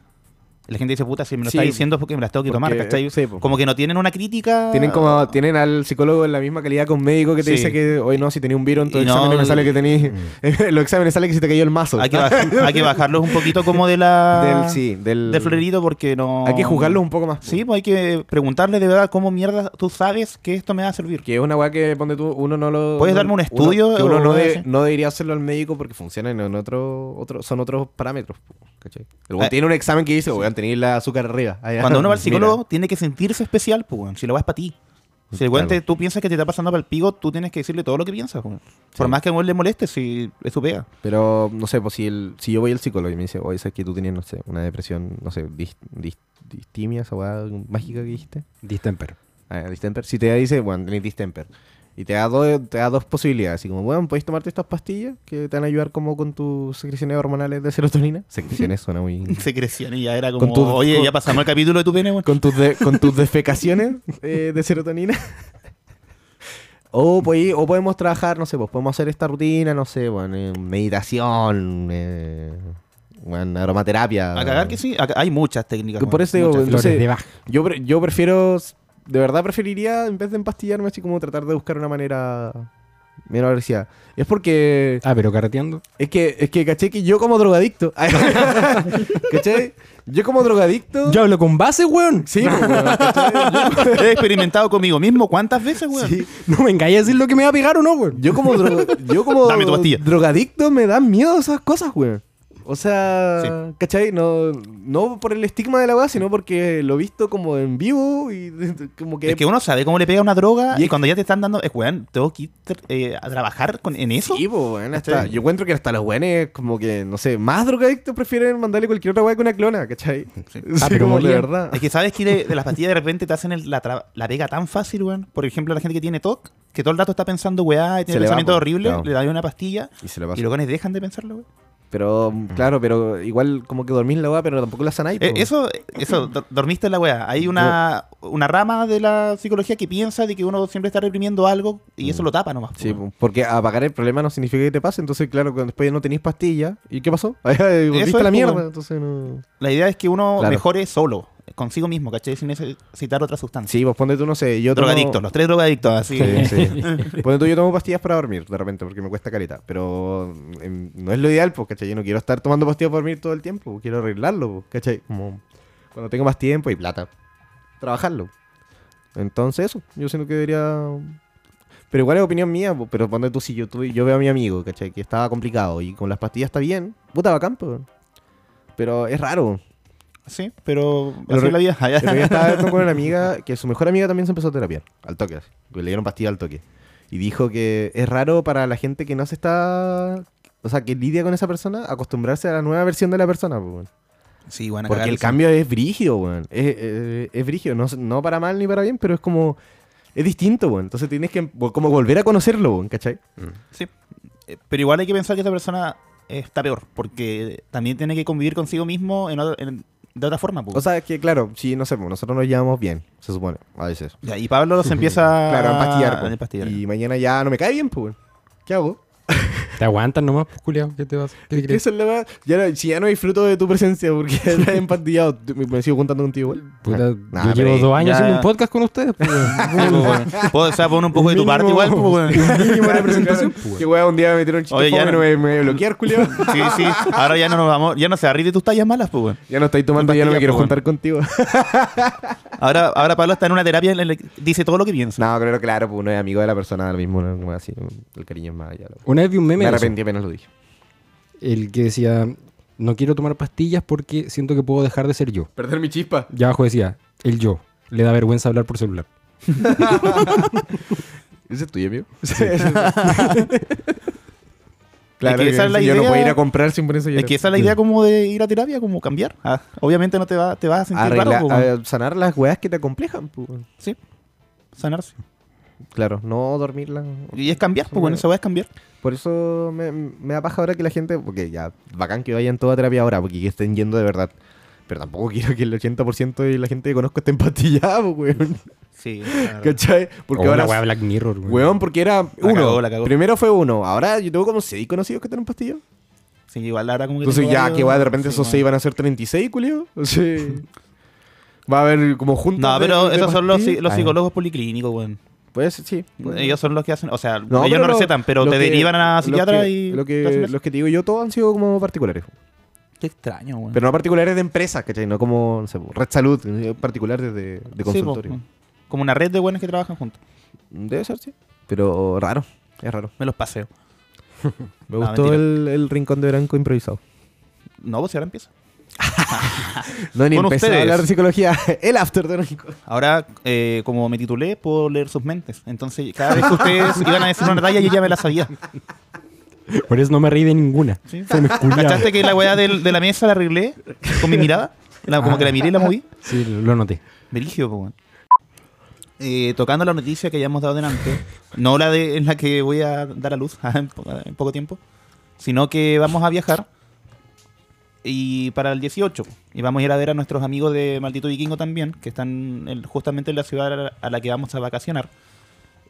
S2: La gente dice, puta, si me lo
S4: Sí,
S2: está diciendo es porque me las tengo que tomar,
S4: porque-
S2: ¿cachai?
S4: sí, po.
S2: Como que no tienen una crítica.
S4: Tienen como tienen al psicólogo en la misma calidad que un médico que te
S2: Sí.
S4: dice que hoy no, si tenía un virus en tu
S2: Y no,
S4: examen me sale
S2: y- mm.
S4: que tenías en los exámenes sale que se te cayó el mazo.
S2: Hay que, baj- hay que bajarlos un poquito como de la.
S4: Del- sí, del-
S2: del florerito porque no.
S4: Hay que juzgarlos un poco más. po.
S2: Sí, pues hay que preguntarle de verdad cómo mierda tú sabes que esto me va a servir.
S4: Que es una weá que ponte tú, uno no lo.
S2: ¿Puedes
S4: no-
S2: darme un
S4: uno-
S2: estudio
S4: que uno
S2: o
S4: no,
S2: algo
S4: de-
S2: así?
S4: no debería hacerlo al médico porque funcionan en otro, otro, son otros parámetros. po, ¿cachai? El weón
S2: Ah.
S4: tiene un examen que dice, weón, tenía el azúcar arriba. Ah, ya.
S2: Cuando uno va al
S4: Mira.
S2: psicólogo, tiene que sentirse especial, pues, weón, Si la weá es para ti. Si el weón
S4: Claro.
S2: te- tú piensas que te está pasando para el pico, tú tienes que decirle todo lo que piensas, weón. Por más que a un weón le moleste, si es su pega.
S4: Pero no sé, pues si, el, si yo voy al psicólogo y me dice, oye, sabes que tú tenías, no sé, una depresión, no sé, dis- dis- distimia, esa weá mágica que dijiste.
S3: Distemper.
S4: Ah, distemper. Si te da- dice, bueno, tenés distemper. Y te da, dos, te da dos posibilidades. Así como, bueno, podéis tomarte estas pastillas que te van a ayudar como con tus secreciones hormonales de serotonina. Secreciones suena muy...
S2: Secreción y ya era
S4: Con
S2: como,
S4: tu-
S2: oye,
S4: con-
S2: ya pasamos el capítulo de tu pene, weón.
S4: con tus, de- con tus defecaciones eh, de serotonina. O, podí- o podemos trabajar, no sé, pues podemos hacer esta rutina, no sé, bueno, eh, meditación, eh, bueno, aromaterapia.
S2: A cagar que sí, a ca- hay muchas técnicas.
S4: Que Ah. por
S2: weón,
S4: eso digo,
S2: muchas.
S4: entonces-
S3: Flores de Bach.
S4: Yo, pre- yo prefiero, de verdad preferiría, en vez de empastillarme, así como tratar de buscar una manera menos agresiva. Es porque...
S3: Ah, pero carreteando.
S4: Es que, es que caché que yo como drogadicto... ¿Caché? Yo como drogadicto...
S3: Yo hablo con base, weón.
S4: Sí, pues, weón, ¿cachai? Yo-
S2: He experimentado conmigo mismo cuántas veces, weón.
S4: sí.
S3: No me engañes a decir lo que me va a pegar o no, weón.
S4: Yo como, droga- yo como
S2: Dame tu pastilla.
S4: drogadicto me dan miedo esas cosas, güey. O sea, ¿cachai? No, no por el estigma de la weá, sino porque lo he visto como en vivo y como que...
S2: Es que uno sabe cómo le pega una droga y,
S4: Y es-
S2: cuando ya te están dando, es weón, tengo que ir eh, a trabajar con, en eso.
S4: Sí, po, weón, hasta-
S2: ¿Cachai?
S4: yo encuentro que hasta los güeyes, como que, no sé, más drogadictos prefieren mandarle cualquier otra weá que una clona, ¿cachai? Sí,
S3: Ah, pero
S4: como de
S3: moría.
S4: verdad.
S2: Es que sabes que de, de las pastillas de repente te hacen el- la, tra- la pega tan fácil, weón. Por ejemplo, la gente que tiene TOC, que todo el rato está pensando, weá, y
S4: Se
S2: tiene
S4: le va,
S2: pensamiento
S4: po,
S2: horrible,
S4: claro.
S2: le dan una pastilla
S4: Y se lo
S2: y los gones dejan de pensarlo, weón.
S4: Pero, claro, pero igual como que dormís la weá, pero tampoco la sanáis.
S2: Eh,
S4: po.
S2: eso, eso, do- dormiste en la weá. Hay una, una rama de la psicología que piensa de que uno siempre está reprimiendo algo y eso lo tapa nomás. po,
S4: Mm. Sí,
S2: weón.
S4: po, porque apagar el problema no significa que te pase, entonces claro, cuando después no tenéis pastilla, ¿y qué pasó? Volviste a
S2: es,
S4: la
S2: po,
S4: mierda,
S2: weón.
S4: entonces no...
S2: La idea es que uno
S4: Claro.
S2: mejore solo, consigo mismo, ¿cachai? Sin necesitar otra sustancia.
S4: Sí, pues ponte tú, no sé, yo tomo...
S2: drogadictos, los tres drogadictos, así.
S4: Sí, sí. Ponte tú, yo tomo pastillas para dormir, de repente, porque me cuesta careta, pero em, no es lo ideal, pues, ¿cachai? Yo no quiero estar tomando pastillas para dormir todo el tiempo, quiero arreglarlo, pues, ¿cachai? Como cuando tengo más tiempo y plata, trabajarlo. Entonces eso, yo siento que debería... Pero igual es opinión mía, po, pero ponte tú, si yo, tuve- yo veo a mi amigo, ¿cachai? Que estaba complicado y con las pastillas está bien, puta bacán, po. Pero es raro.
S2: Sí, pero
S4: Pero
S2: así
S4: re-
S2: es la vida.
S4: El otro día estaba hablando con una amiga que su mejor amiga también se empezó a terapiar, al toque, así, que le dieron pastilla al toque. Y dijo que es raro para la gente que no se está. O sea, que lidia con esa persona, acostumbrarse a la nueva versión de la persona, pues, weón.
S2: Sí, bueno,
S4: Porque el cambio es brígido, weón. Es, es, es brígido, no, no para mal ni para bien, pero es como. Es distinto, weón. Entonces tienes que vo- como volver a conocerlo, weón, ¿cachai?
S2: Sí. Eh, Pero igual hay que pensar que esa persona eh, está peor, porque también tiene que convivir consigo mismo en otra- en- de otra forma. po.
S4: O sea, es que claro, sí, no sé, pues, nosotros nos llevamos bien, se supone, a veces.
S2: Ya, y Pablo se empieza
S4: Claro, a empastillar, po.
S2: a empastillar.
S4: Y mañana ya no me cae bien, pues, weón. ¿Qué hago?
S3: Te aguantas nomás, pues, culiao. ¿Qué te vas? ¿Qué te
S4: Que
S3: crees?
S4: esa es la weá. Ya no- si ya no disfruto de tu presencia porque estás empastillado, tú- me, me sigo juntando contigo igual.
S3: Puta,
S4: Nah,
S3: yo
S4: pero
S3: llevo
S4: eh,
S3: dos años
S2: ya-
S3: haciendo un podcast con ustedes, pues, weón.
S2: Sí, po, bueno. Puedo, o sea, pon un poco de tu parte igual. pues, po, bueno.
S4: Mínimo de presentación.
S3: pues,
S4: Que weá, un día me metieron un chiste
S2: Oye, ya
S4: fome,
S2: no-
S4: no me, me voy a bloquear, Julio.
S2: Sí, sí. Ahora ya no nos vamos, ya no se ríe de tus tallas malas, pues. bueno.
S4: Ya no estáis tomando, ya no me
S2: Pastilla,
S4: quiero
S2: po,
S4: juntar contigo.
S2: Ahora, ahora Pablo está en una terapia, le- le dice todo lo que piensa.
S4: no, claro, claro, pues uno es amigo de la persona ahora mismo, no, como así, el cariño es más allá. la weá.
S3: Una vez vi un meme
S4: Me
S3: de eso,
S4: arrepentí apenas lo dije.
S3: el que decía, no quiero tomar pastillas porque siento que puedo dejar de ser yo.
S4: Perder mi chispa.
S3: Y abajo decía, el yo. Le da vergüenza hablar por celular.
S4: ¿Ese es tuyo, amigo?
S2: Es que esa es la
S4: yo no
S2: idea-
S4: puedo ir a comprar sin ponerse
S2: Es que esa es la idea como de ir a terapia, como cambiar. Ah, obviamente no te, va, te vas a sentir raro, pues, po, bueno.
S4: Sanar las weas que te acomplejan, pues. weón.
S2: Sí. Sanarse.
S4: Claro, no dormirla.
S2: Y es cambiar, pues bueno, esa weá es cambiar.
S4: Por eso me, me da paja ahora que la gente, porque ya, bacán que vayan toda a terapia ahora, porque que estén yendo de verdad. Pero tampoco quiero que el 80% de la gente que conozco esté empatillada, po, weón.
S2: Sí.
S4: ¿Cachai? Porque
S3: O
S4: ahora...
S3: la weá Black Mirror, weón.
S4: Weón, porque era uno.
S2: cagó, Oh, la cagó.
S4: Primero fue uno. Ahora yo tengo como 6 conocidos que están pastillados.
S2: Sí, igual ahora como que.
S4: Entonces
S2: tengo
S4: ya,
S2: varios-
S4: que va, de repente
S2: sí,
S4: esos
S2: bueno.
S4: 6 van a ser 36, culio. O sea, va a haber como juntos.
S2: No, pero esos son los, psi- los
S4: Ah,
S2: psicólogos policlínicos, weón.
S4: Pues sí.
S2: Ellos son los que hacen. O sea,
S4: No,
S2: ellos no
S4: lo-
S2: recetan, pero
S4: lo
S2: te
S4: que-
S2: derivan a
S4: los
S2: psiquiatra
S4: que-
S2: y.
S4: Lo
S2: te hacen
S4: que,
S2: eso.
S4: los que te digo yo, todos han sido como particulares.
S2: Qué extraño, weón.
S4: Pero no particulares de empresas, ¿cachai? No como, no sé, Red Salud, eh, particular de, de- de
S2: Sí, po,
S4: consultorio.
S2: como una red de buenos que trabajan juntos.
S4: Debe ser, sí. Pero raro, es raro.
S2: Me los paseo.
S4: Me
S2: No,
S4: gustó
S2: mentira.
S4: el, el rincón de Branco improvisado.
S2: No, pues si ahora empieza.
S4: No, ni
S2: Con
S4: empezó a
S2: ustedes.
S4: hablar de psicología. El after de Branco.
S2: Ahora, eh, como me titulé, puedo leer sus mentes. Entonces, cada vez que ustedes iban a decir una talla, yo ya me la sabía.
S3: Por eso no me reí de ninguna.
S2: Sí.
S3: Se me culiaba.
S2: ¿Cachaste que la weá del- de la mesa la arreglé con mi mirada? La- como que la miré y la moví.
S3: Sí, lo lo noté.
S2: Beligio, po, weón. eh, tocando la noticia que ya hemos dado delante, no la de en la que voy a dar a luz en, po- en poco tiempo, sino que vamos a viajar y para el 18 y vamos a ir a ver a nuestros amigos de Maldito Vikingo también, que están en- justamente en la ciudad a la- a la que vamos a vacacionar.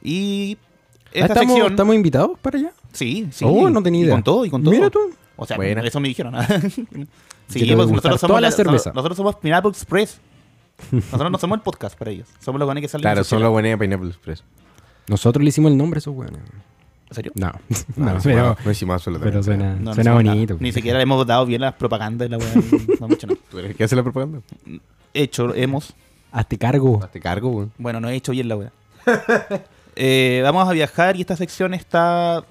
S2: Y
S3: Ah,
S2: esta
S3: ¿estamos,
S2: sección
S3: ¿Estamos invitados para allá?
S2: Sí, sí.
S3: Oh, no tenía
S2: Y
S3: idea.
S2: con todo, y con todo.
S3: Mira tú.
S2: O sea,
S4: Buena.
S2: eso me dijeron.
S3: Yo
S2: sí,
S3: le voy
S2: pues
S3: a gustar
S2: nosotros
S3: toda
S2: somos
S3: la
S2: la-
S3: cerveza.
S2: Nosotros somos Pineapple Express. Nosotros no somos el podcast para ellos. Somos los buenos que salen.
S4: Claro,
S2: en su
S4: son
S2: chela.
S4: los buenos de Pineapple Express.
S3: Nosotros le hicimos el nombre a esos weones.
S2: ¿En serio?
S3: No,
S4: No,
S3: no,
S4: no,
S3: pero,
S4: no hicimos absolutamente.
S3: pero suena,
S2: No, no
S3: Ah, suena
S2: hicimos nada.
S3: bonito. pues.
S2: Ni siquiera le hemos dado bien las propagandas. La wea, no, mucho no.
S4: nada. ¿Tú eres el que hace la propaganda?
S2: Hecho, hemos.
S3: Hazte cargo.
S4: Te cargo, weón.
S2: Bueno, no he hecho bien la wea. Eh, vamos a viajar y esta sección está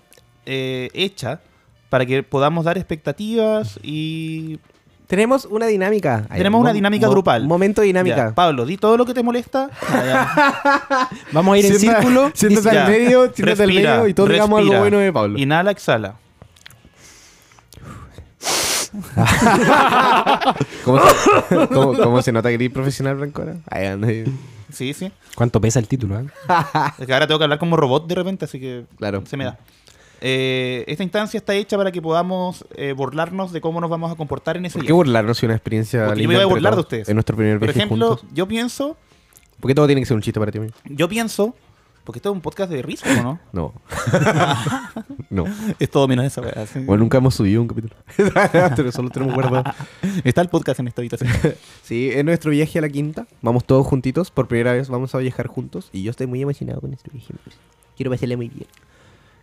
S2: eh, hecha para que podamos dar expectativas y
S1: Tenemos una dinámica. Ahí,
S2: Tenemos
S1: mo-
S2: una dinámica
S1: mo-
S2: grupal.
S1: Momento dinámica.
S2: Ya, Pablo, di todo lo que te molesta.
S3: Vamos a ir en
S4: Sienta-
S3: círculo.
S4: Siéntate
S2: Ya.
S4: al medio, siéntate al
S2: Respira,
S4: medio y todos digamos algo
S2: respira.
S4: bueno de Pablo.
S2: Inhala, exhala.
S4: ¿Cómo se, cómo- cómo se nota que eres profesional, Blancora? Ahí anda.
S2: Sí, sí.
S3: ¿Cuánto pesa el título? eh?
S4: Ah.
S2: Es que ahora tengo que hablar como robot de repente, así que
S4: Claro.
S2: se me da. Eh, esta instancia está hecha para que podamos eh, burlarnos de cómo nos vamos a comportar en ese
S4: ¿Por
S2: día.
S4: qué burlarnos si una experiencia
S2: Porque yo
S4: linda
S2: me voy a
S4: entre
S2: burlar de
S4: todos
S2: ustedes.
S4: En nuestro primer
S2: Por
S4: viaje
S2: ejemplo,
S4: juntos.
S2: yo pienso,
S4: ¿Por qué todo tiene que ser un chiste para ti, amigo?
S2: yo pienso, porque esto es un podcast de risa, ¿o ¿no?
S4: No. no.
S2: es todo menos esa weá, sí.
S4: Bueno, nunca hemos subido un capítulo. Pero solo tenemos guardado.
S2: Está el podcast en esta habitación.
S4: Sí, en nuestro viaje a la quinta. Vamos todos juntitos. Por primera vez vamos a viajar juntos. Y yo estoy muy emocionado con este viaje. amigos. Quiero pasarle muy bien.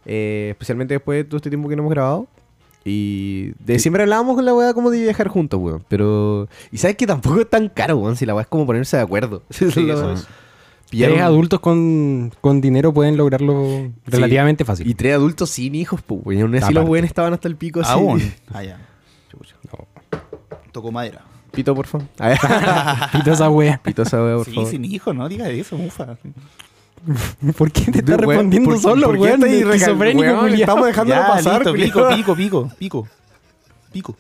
S4: Eh, especialmente después de todo este tiempo que no hemos grabado. Y de siempre hablábamos con la weá como de viajar juntos, weón. Pero. Y sabes que tampoco es tan caro, weón. Si la weá es como ponerse de acuerdo.
S2: Sí, eso es.
S4: Pillar
S3: Tres
S4: un-
S3: adultos con, con dinero pueden lograrlo relativamente fácil.
S4: Y tres adultos sin hijos, pues, weón. Aún así los
S3: Aparte.
S4: weones estaban hasta el pico así.
S2: Aún. Ah, ya. Chucha. Tocó madera.
S4: Pito, por favor. Ah,
S3: Pito esa wea.
S4: Pito esa weá, por
S2: Sí,
S4: favor.
S2: sin hijo, no digas eso, mufa.
S3: ¿Por qué te
S4: Dude,
S3: estás
S4: weón,
S3: respondiendo
S4: ¿por qué-
S3: solo,
S4: por qué
S3: weón?
S4: estáis
S3: De
S4: recal-
S3: esquizofrénico,
S4: weón?
S3: culiao.
S4: Estamos dejándolo
S2: Ya,
S4: pasar,
S2: listo,
S4: culiao.
S2: pico, pico, pico, pico, pico.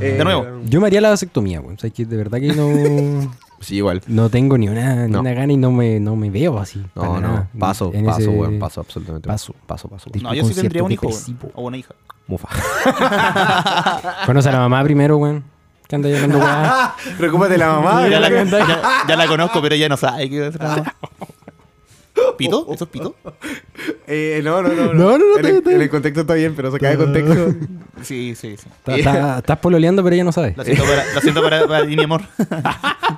S4: Eh,
S2: De nuevo.
S3: Yo me haría la vasectomía, weón. O sea, que de verdad que no,
S4: Sí, igual.
S3: no tengo ni una, ni
S4: No.
S3: una gana y no me, no me veo así.
S4: No,
S3: para
S4: no.
S3: nada.
S4: Paso,
S3: En
S4: paso,
S3: ese-
S4: weón. Paso, absolutamente.
S3: paso.
S4: paso, paso.
S3: Di-
S2: No, yo sí
S3: concierto
S2: tendría un hijo weón,
S3: depresivo.
S2: o una hija.
S4: Mufa.
S3: Conoce a la mamá primero, weón. Que anda llamando weá.
S4: Preocúpate Ah, la mamá.
S2: ya, la,
S4: weón.
S2: ya- ya la conozco, pero ella no sabe qué va a hacer nada más.
S4: Oh,
S2: ¿Pito? ¿Eso es pito?
S4: Eh, no, no, no.
S3: No, no, no,
S4: En
S3: te-
S4: el,
S3: te-
S4: en el contexto está bien, pero se cae de contexto.
S2: Sí, sí, sí.
S3: Está- está- Estás pololeando, pero ella no sabe.
S2: Lo siento para, lo siento para, para ti, mi amor.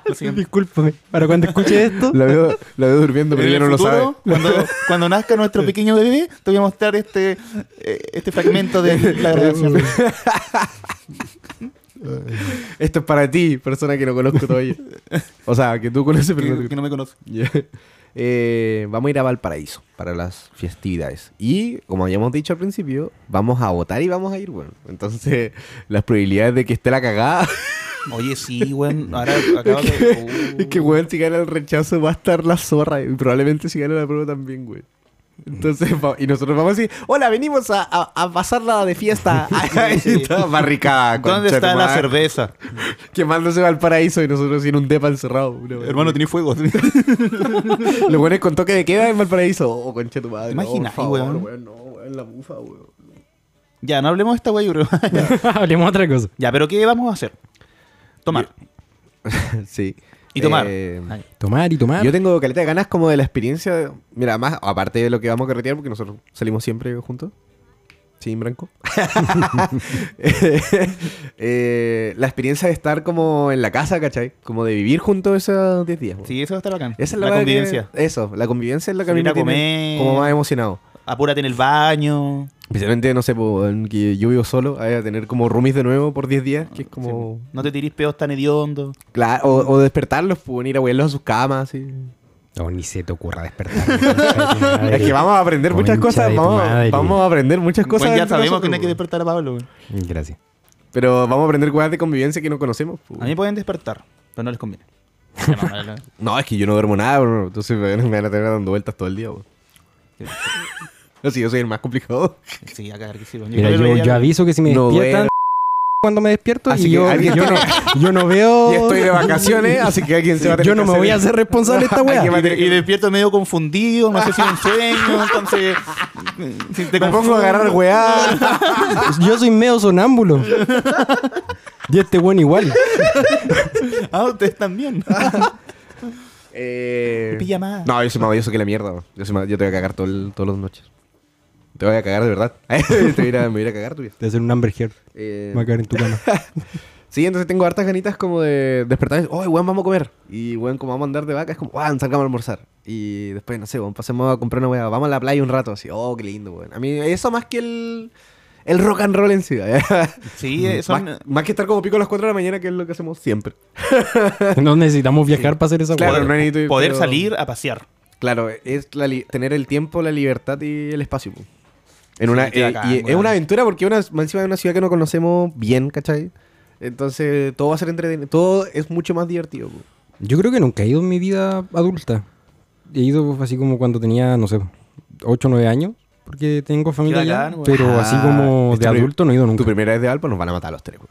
S2: Lo siento.
S3: Discúlpame. Para cuando escuche esto.
S4: La veo, la veo durmiendo, pero
S2: En
S4: ella
S2: el
S4: no lo sabe.
S2: futuro, Cuando, cuando nazca nuestro pequeño bebé, te voy a mostrar este, eh, este fragmento de la grabación.
S4: Esto es para ti, persona que no conozco todavía. O sea, que tú conoces, pero no
S2: que,
S4: te
S2: que no me conoce.
S4: Ya. Eh, vamos a ir a Valparaíso para las festividades. Y, como habíamos dicho al principio, vamos a votar y vamos a ir, bueno. Entonces, las probabilidades de que esté la cagada
S2: Oye, sí, weón. Ahora acabo de.
S4: es que, weón, si gana el rechazo va a estar la zorra. Y probablemente si gana la prueba también, güey. Entonces,
S2: Mm.
S4: va- y nosotros vamos así, hola, venimos a, a, a pasarla de fiesta.
S2: Oh.
S4: Ahí está, barricada.
S2: ¿Dónde
S4: concha
S2: está
S4: tu
S2: la
S4: madre.
S2: cerveza?
S4: Quemándose Valparaíso y nosotros en un depa encerrado. una wea.
S2: Hermano, tenés fuego.
S4: Lo bueno es con toque de queda en Valparaíso. Oh, concha tu madre.
S2: ¿Te imaginas,
S4: oh, por favor,
S2: weón?
S4: No, weón, la bufa, weón.
S2: ya, no hablemos de esta wey, bro.
S3: Hablemos otra cosa.
S2: ya, pero ¿qué vamos a hacer? Tomar.
S4: sí.
S2: Y tomar.
S4: Eh,
S2: Ay.
S3: Tomar y tomar.
S4: yo tengo caleta de ganas como de la experiencia. Mira, más aparte de lo que vamos a carretear, porque nosotros salimos siempre juntos. Sin branco. Eh, la experiencia de estar como en la casa, ¿cachai? Como de vivir juntos esos 10 días. weón.
S2: Sí, eso va a estar bacán.
S4: Esa es la,
S2: la
S4: weá que-
S2: convivencia.
S4: eso, la convivencia es la que a mí
S2: Salir
S4: me
S2: a
S4: tiene
S2: comer.
S4: como más emocionado.
S2: Apúrate en el baño.
S4: Especialmente, no sé, po, en que yo vivo solo, ahí a tener como roomies de nuevo por 10 días, que es como...
S2: No te tirís peos tan hediondos.
S4: Claro, o, o despertarlos, pues, ir a huelos a sus camas, así.
S3: No, ni se te ocurra despertar.
S4: Es que vamos a aprender
S3: Concha
S4: muchas cosas,
S3: de tu
S4: vamos,
S3: madre.
S4: vamos a aprender muchas
S2: Bueno,
S4: cosas.
S2: Pues ya
S4: entre
S2: sabemos que no hay
S4: nosotros,
S2: que
S4: po.
S2: despertar a Pablo. weón.
S3: Gracias.
S4: pues. Pero vamos a aprender cosas de convivencia que no conocemos. pues. po.
S2: A mí pueden despertar, pero no les conviene. No, no, no, no.
S4: No, es que yo no duermo nada, bro, entonces me van- me van a tener dando vueltas todo el día, po. Así yo soy el más complicado.
S2: Sí, a cagar que sí. weón. Yo
S3: Mira,
S2: creo que
S3: yo,
S2: ya-
S3: yo aviso que si me
S4: No
S3: despiertan, cuando me despierto
S4: Así
S3: y
S4: que
S3: yo,
S4: alguien-
S3: yo, no, yo no veo.
S4: Y estoy de vacaciones, así que alguien se va a tener
S3: Yo no
S4: que
S3: me voy a
S4: hacer-
S3: hacer responsable de esta
S4: Hay que
S3: weá.
S2: Y, de- y despierto medio confundido, no sé si es un sueño, entonces. si te
S4: Me pongo
S2: confundo-
S4: a agarrar weá.
S3: Yo soy medio sonámbulo. Y este weón igual.
S2: Ah, ustedes también.
S4: Eh,
S2: Pilla más.
S4: No, yo soy más odioso que la mierda. bro. Yo, soy más- yo te voy a cagar todo el- todas las noches. Te voy a cagar de verdad. te voy a ir a, me voy a ir a cagar tu vida.
S3: Te hacer un Amber Heard.
S4: Eh,
S3: Va a caer en tu cama.
S4: sí, entonces tengo hartas ganitas como de despertar. y, Oh, weón, vamos a comer. Y weón, como vamos a andar de vaca, es como, weón, salgamos a almorzar. Y después, no sé, weón, pasemos a comprar una weá. Vamos a la playa un rato, así. Oh, qué lindo, weón. A mí, eso más que el, el rock and roll en sí.
S2: Sí, eh, son.
S4: Más, más que estar como pico a las 4 de la mañana, que es lo que hacemos siempre.
S3: No necesitamos viajar para hacer esa
S4: Claro,
S3: weá.
S4: no necesito ir,
S2: Poder
S4: pero-
S2: salir a pasear.
S4: Claro, es la li- tener el tiempo, la libertad y el espacio. po. En una,
S2: Sí, qué
S4: eh,
S2: bacán,
S4: y es
S2: weón.
S4: una aventura porque una, más encima de una ciudad que no conocemos bien, ¿cachai? Entonces todo va a ser entretenido, todo es mucho más divertido. po.
S3: Yo creo que nunca he ido en mi vida adulta. He ido así como cuando tenía, no sé, 8 o 9 años. Porque tengo familia allá,
S2: bacán, weón.
S3: Pero así como
S4: Ah,
S3: de
S4: tu pri-
S3: adulto no he ido
S4: Tu
S3: nunca.
S4: primera vez de Alpa nos van a matar a los tres, weón.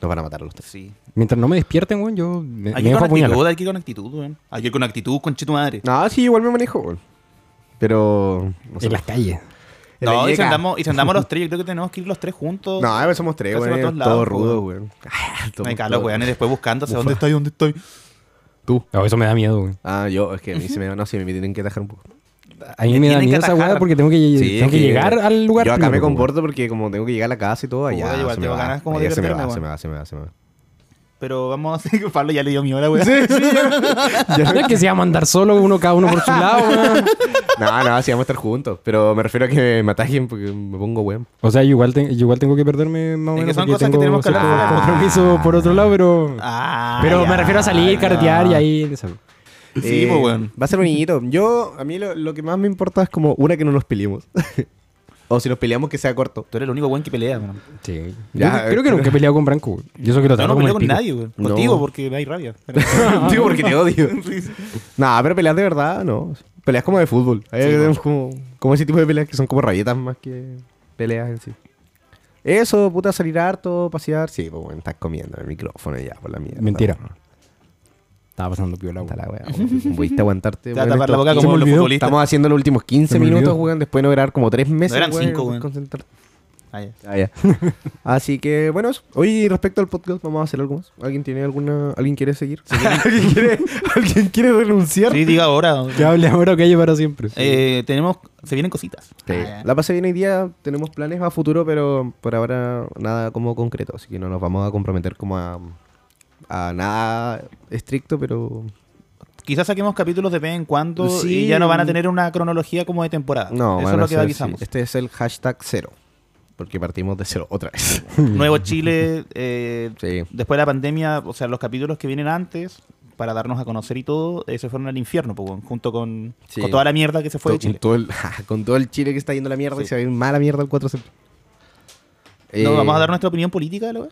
S4: Nos van a matar a los tres.
S2: Sí.
S3: Mientras no me despierten, weón, yo me, me
S2: Hay que ir
S3: dejo
S2: con
S3: apuñalar.
S2: actitud, hay que ir con actitud, weón. Hay que ir con actitud, conche tu madre.
S4: No, sí, igual me manejo, weón. Pero... No, sé.
S3: En las calles.
S4: En la
S2: No, y si,
S4: llega.
S2: andamos, y si andamos los tres, yo creo que tenemos que ir los tres juntos.
S4: No, eh, a ver, somos tres,
S2: Casi
S4: weón.
S2: para todos
S4: Todos
S2: lados,
S4: rudos, weón. Ah,
S2: Me calo, weón, y después buscando hacia dónde estoy, dónde estoy.
S4: Tú.
S3: No, eso me da miedo, weón.
S4: Ah, yo, es que a mí se me... No, sí, me tienen que atajar un poco.
S3: A mí me da
S2: Eh, tienen que
S3: miedo esa
S2: atajar.
S3: weá porque tengo que,
S4: Sí,
S3: tengo
S4: es
S3: que llegar al lugar.
S4: Yo acá
S3: primero,
S4: me
S3: weón.
S4: comporto porque como tengo que llegar a la casa y todo, allá
S2: Puta, igual
S4: se, me
S2: tengo
S4: va,
S2: ganas como
S4: allá se me
S2: divertirme,
S4: va, se
S2: weón.
S4: me va, se me va, se me va.
S2: Pero vamos a hacer. Pablo ya le dio mi hora, weón.
S3: Ah, No es que se va a mandar solo uno cada uno por su lado, weón.
S4: No, no, sí vamos a estar juntos, pero me refiero a que me atajen porque me pongo weón.
S3: O sea, yo igual, te- yo igual tengo que perderme más o
S2: Es que
S3: menos.
S2: son
S3: porque
S2: cosas que
S3: tengo
S2: tenemos que
S3: cierto
S2: hablar.
S3: compromiso por otro lado, pero.
S2: Ah,
S3: pero
S2: ya,
S3: me refiero a salir,
S2: ya.
S3: cartear y ahí. esa-
S2: Sí,
S4: Eh,
S2: pues, weón.
S4: Va a ser bonito. Yo, a mí lo, lo que más me importa es como, una, que no nos peleemos. o si nos peleamos, que sea corto.
S2: Tú eres el único weón que pelea, weón.
S3: Sí.
S4: Ya,
S3: Yo creo que
S4: eh,
S3: nunca he peleado con Branco. weón. Yo eso que
S2: No,
S3: lo trato
S2: no
S3: como
S2: peleo
S3: el
S2: con
S3: pico.
S2: nadie, weón.
S4: No.
S2: Contigo, porque me hay rabia. Pero-
S4: Digo, porque te odio. Nada, pero peleas de verdad, no. Peleas como de fútbol. Ahí tenemos como, como ese tipo de peleas que son como rabietas más que peleas en sí. Eso, puta, salir harto, pasear. Sí, pues, weón, estás comiendo en el micrófono ya, por la mierda.
S3: Mentira. Estaba pasando piola,
S4: Está
S3: weón.
S4: la weá, weón. Pudiste
S2: Te
S4: aguantarte.
S2: va a
S4: weón,
S2: tapar la
S4: estos
S2: boca
S4: 15
S2: como los
S4: minutos.
S2: futbolistas.
S4: Estamos haciendo los últimos 15
S3: Se me
S4: minutos,
S3: olvidó.
S4: weón. Después no grabar como 3 meses.
S2: No, eran cinco,
S4: de
S2: weón.
S4: concentrarte.
S2: Ah, ya.
S4: Ah, ya. Así que, bueno, eso. Hoy respecto al podcast, vamos a hacer algo más. ¿Alguien tiene alguna. ¿Alguien quiere seguir? ¿Alguien, quiere... ¿Alguien quiere renunciar?
S2: Sí, diga ahora.
S3: Que hable ahora o calle para siempre.
S2: Eh, tenemos, se vienen cositas.
S4: Sí.
S2: Ah, ya.
S4: La pasé bien hoy día, tenemos planes a futuro, pero por ahora nada como concreto, así que no nos vamos a comprometer como a, a nada estricto, pero
S2: Quizás saquemos capítulos de vez en cuando
S4: Sí.
S2: y ya no van a tener una cronología como de temporada.
S4: no,
S2: Eso
S4: van
S2: es
S4: a
S2: lo que
S4: ser-
S2: avisamos.
S4: sí. Este es el hashtag cero, porque partimos de cero otra vez.
S2: Nuevo Chile, eh,
S4: Sí.
S2: después de la pandemia, o sea, los capítulos que vienen antes para darnos a conocer y todo, eh, se fueron al infierno, po, weón, junto con,
S4: Sí.
S2: con toda la mierda que se fue de
S4: Con-
S2: Chile.
S4: Con todo, el, con todo el Chile que está yendo a la mierda y
S2: Sí.
S4: se va a ir mala mierda el 4 de septiembre.
S2: ¿No
S4: Eh,
S2: vamos a dar nuestra opinión política? de la weá?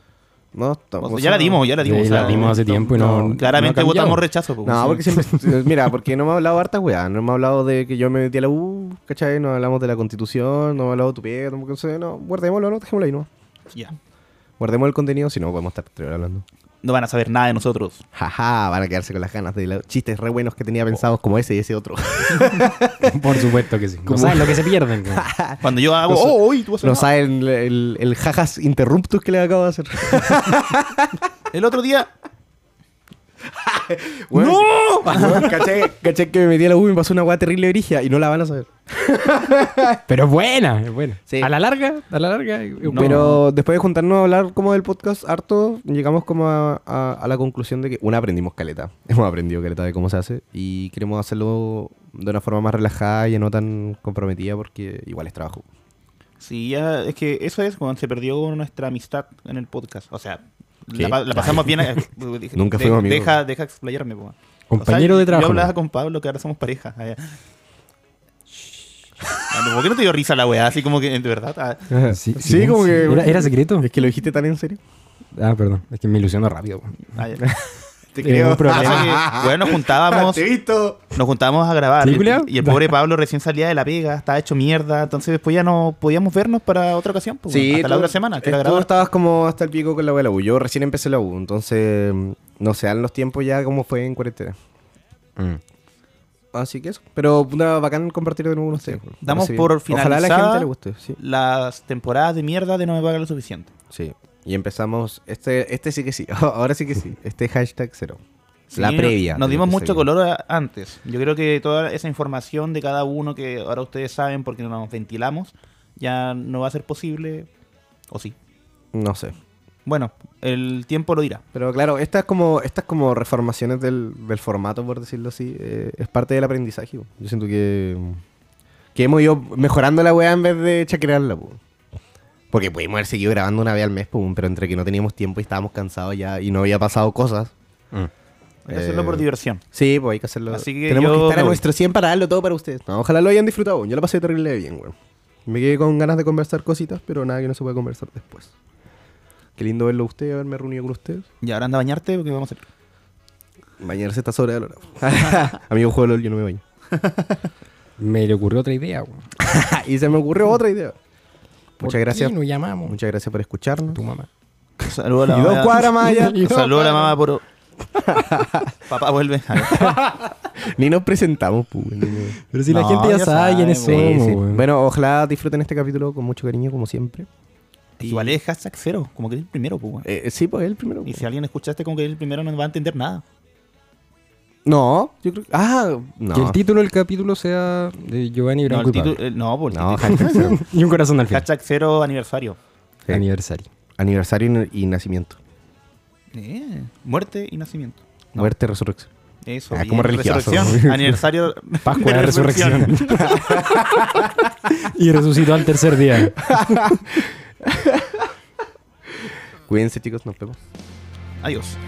S4: No,
S2: O
S4: estamos-
S2: sea, ya la dimos,
S4: eh,
S2: ya la dimos.
S3: Sí,
S2: o sea,
S3: la dimos hace tiempo y no. no
S2: Claramente
S3: ha cambiado.
S2: votamos rechazo. po, weón.
S4: No, porque
S2: Sí.
S4: siempre. Mira, porque no me ha hablado harta weá. No me ha hablado de que yo me metí a la U, ¿cachai? No hablamos de la constitución, no me ha hablado de tu pie, tampoco sé. No, guardémoslo, no, dejémoslo ahí, no.
S2: Ya.
S4: Guardemos el contenido, si no, podemos estar tres horas hablando.
S2: No van a saber nada de nosotros.
S4: Jaja, van a quedarse con las ganas de los chistes re buenos que tenía pensados, como ese y ese otro.
S3: Por supuesto que sí. No saben lo que se pierden, weón.
S4: Ah.
S2: Cuando yo hago,
S4: No sé.
S2: oh, hoy tú vas a
S4: no
S2: hacer
S4: saben el, el, el jajas interruptus que le acabo de hacer.
S2: nada". El otro día,
S4: ¡No! caché, caché que me metí a la U y me pasó una weá terrible de brigia y no la van a saber.
S3: Pero es buena, es buena.
S4: Sí.
S3: A la larga, a la larga. es buena.
S4: Pero después de juntarnos a hablar como del podcast harto, llegamos como a, a- a la conclusión de que, una, aprendimos caleta. Hemos aprendido caleta de cómo se hace y queremos hacerlo de una forma más relajada y no tan comprometida porque igual es trabajo.
S2: sí, ya, es que eso es cuando se perdió nuestra amistad en el podcast. O sea,
S4: ¿Qué?
S2: la, pa- la pasamos bien. eh, dije,
S4: Nunca
S2: de-
S4: fuimos amigos.
S2: Deja, deja explayarme, po.
S3: Compañero
S2: O sea,
S3: de trabajo.
S2: Yo hablaba
S3: weón.
S2: con Pablo que ahora somos pareja. Ah, ya. Ah, no, ¿Por qué no te dio risa la weá? Así como que, de verdad. ah,
S3: Sí,
S4: Sí, como
S3: sí.
S4: que-
S3: ¿Era, era secreto?
S4: Es que lo dijiste tan en serio.
S3: Ah, perdón. Es que me ilusiono rápido. weón.
S2: ah, ya.
S4: Te
S3: creo.
S4: creo.
S3: un problema.
S2: Pasa que, weón, nos juntábamos.
S4: Ah, visto.
S2: nos juntábamos a grabar.
S3: ¿Sí,
S2: y, el-
S3: culiao?
S2: y el pobre Pablo recién salía de la pega, estaba hecho mierda. Entonces después ya no podíamos vernos para otra ocasión. pues,
S4: Sí,
S2: hasta la
S4: tú-
S2: otra semana, que
S4: eh,
S2: era
S4: Tú
S2: grabar.
S4: estabas como hasta el pico con la U de la U. Yo recién empecé la U, entonces mm, no sé dan los tiempos ya como fue en cuarentena.
S2: Mm.
S4: Así que eso. Pero puta, bacán compartir de nuevo con ustedes.
S2: Damos
S4: Así,
S2: por
S4: Ojalá a la
S2: finalizada
S4: gente le guste. Sí.
S2: Las temporadas de mierda de no me paga lo suficiente.
S4: Sí. Y empezamos. Este, este sí que sí. Ahora sí que sí. Este hashtag cero.
S2: Sí,
S4: la previa.
S2: Nos
S4: de lo
S2: dimos
S4: que
S2: mucho
S4: se viene.
S2: color a- antes. Yo creo que toda esa información de cada uno que ahora ustedes saben porque nos ventilamos, ya no va a ser posible. O sí.
S4: No sé.
S2: Bueno, el tiempo lo dirá.
S4: Pero claro, estas como estas como reformaciones del, del formato, por decirlo así, eh, es parte del aprendizaje. po. Yo siento que, que hemos ido mejorando la weá en vez de chacrearla. po. Porque pudimos haber seguido grabando una vez al mes, po, pero entre que no teníamos tiempo y estábamos cansados ya y no había pasado cosas.
S2: Hay que hacerlo
S4: Eh,
S2: por diversión.
S4: Sí, pues hay que hacerlo.
S2: Así que
S4: Tenemos
S2: yo
S4: que estar
S2: me
S4: a
S2: voy.
S4: nuestro 100 para darlo todo para ustedes. No, ojalá lo hayan disfrutado. weón. Yo lo pasé terrible bien, weón. Me quedé con ganas de conversar cositas, pero nada que no se pueda conversar después. Qué lindo verlo a usted, haberme reunido con ustedes.
S2: Y ahora anda a bañarte porque vamos a hacer.
S4: Bañarse está sobrevalorado. Amigo, juego LOL, yo no me baño.
S3: Me le ocurrió otra idea, weón.
S4: y se me ocurrió otra idea.
S3: ¿Por
S4: Muchas gracias.
S3: qué no llamamos
S4: Muchas gracias por escucharnos.
S3: tu mamá?
S2: Saludos a la
S4: Y dos
S2: mamá.
S4: cuadras más allá.
S3: Y dos
S2: Saludos a la
S3: cuadras.
S2: mamá por. Papá vuelve.
S4: Ni nos presentamos, pu, ni me-
S3: Pero si la
S2: No,
S3: gente ya
S2: ya
S3: sabe, quiénes
S2: sabe,
S4: Sí,
S3: somos,
S4: sí.
S3: weón.
S4: Bueno, ojalá disfruten este capítulo con mucho cariño, como siempre.
S2: Igual es hashtag cero, como que es el primero, pues, weón.
S4: Eh, eh, sí, pues es el primero.
S2: Y
S4: pu.
S2: si alguien escuchaste como que es el primero, no va a entender nada.
S4: No, yo creo que. Ah, no.
S3: Que el título del capítulo sea de Giovanni
S2: No,
S3: Branco
S2: el
S3: y Pablo.
S2: título- eh, no, por el
S4: No,
S2: título.
S4: hashtag cero.
S3: Y un corazón al final.
S2: Hashtag cero aniversario.
S4: Sí.
S3: Aniversario.
S4: Aniversario y y nacimiento.
S2: Eh, muerte y nacimiento. No.
S4: Muerte, resurrección.
S2: Eso.
S4: Ah,
S2: bien.
S4: como religioso.
S2: Resurrección, aniversario.
S3: Pascua
S2: de
S3: de resurrección. y resucitó al tercer día.
S4: Cuídense, chicos, nos vemos.
S2: Adiós.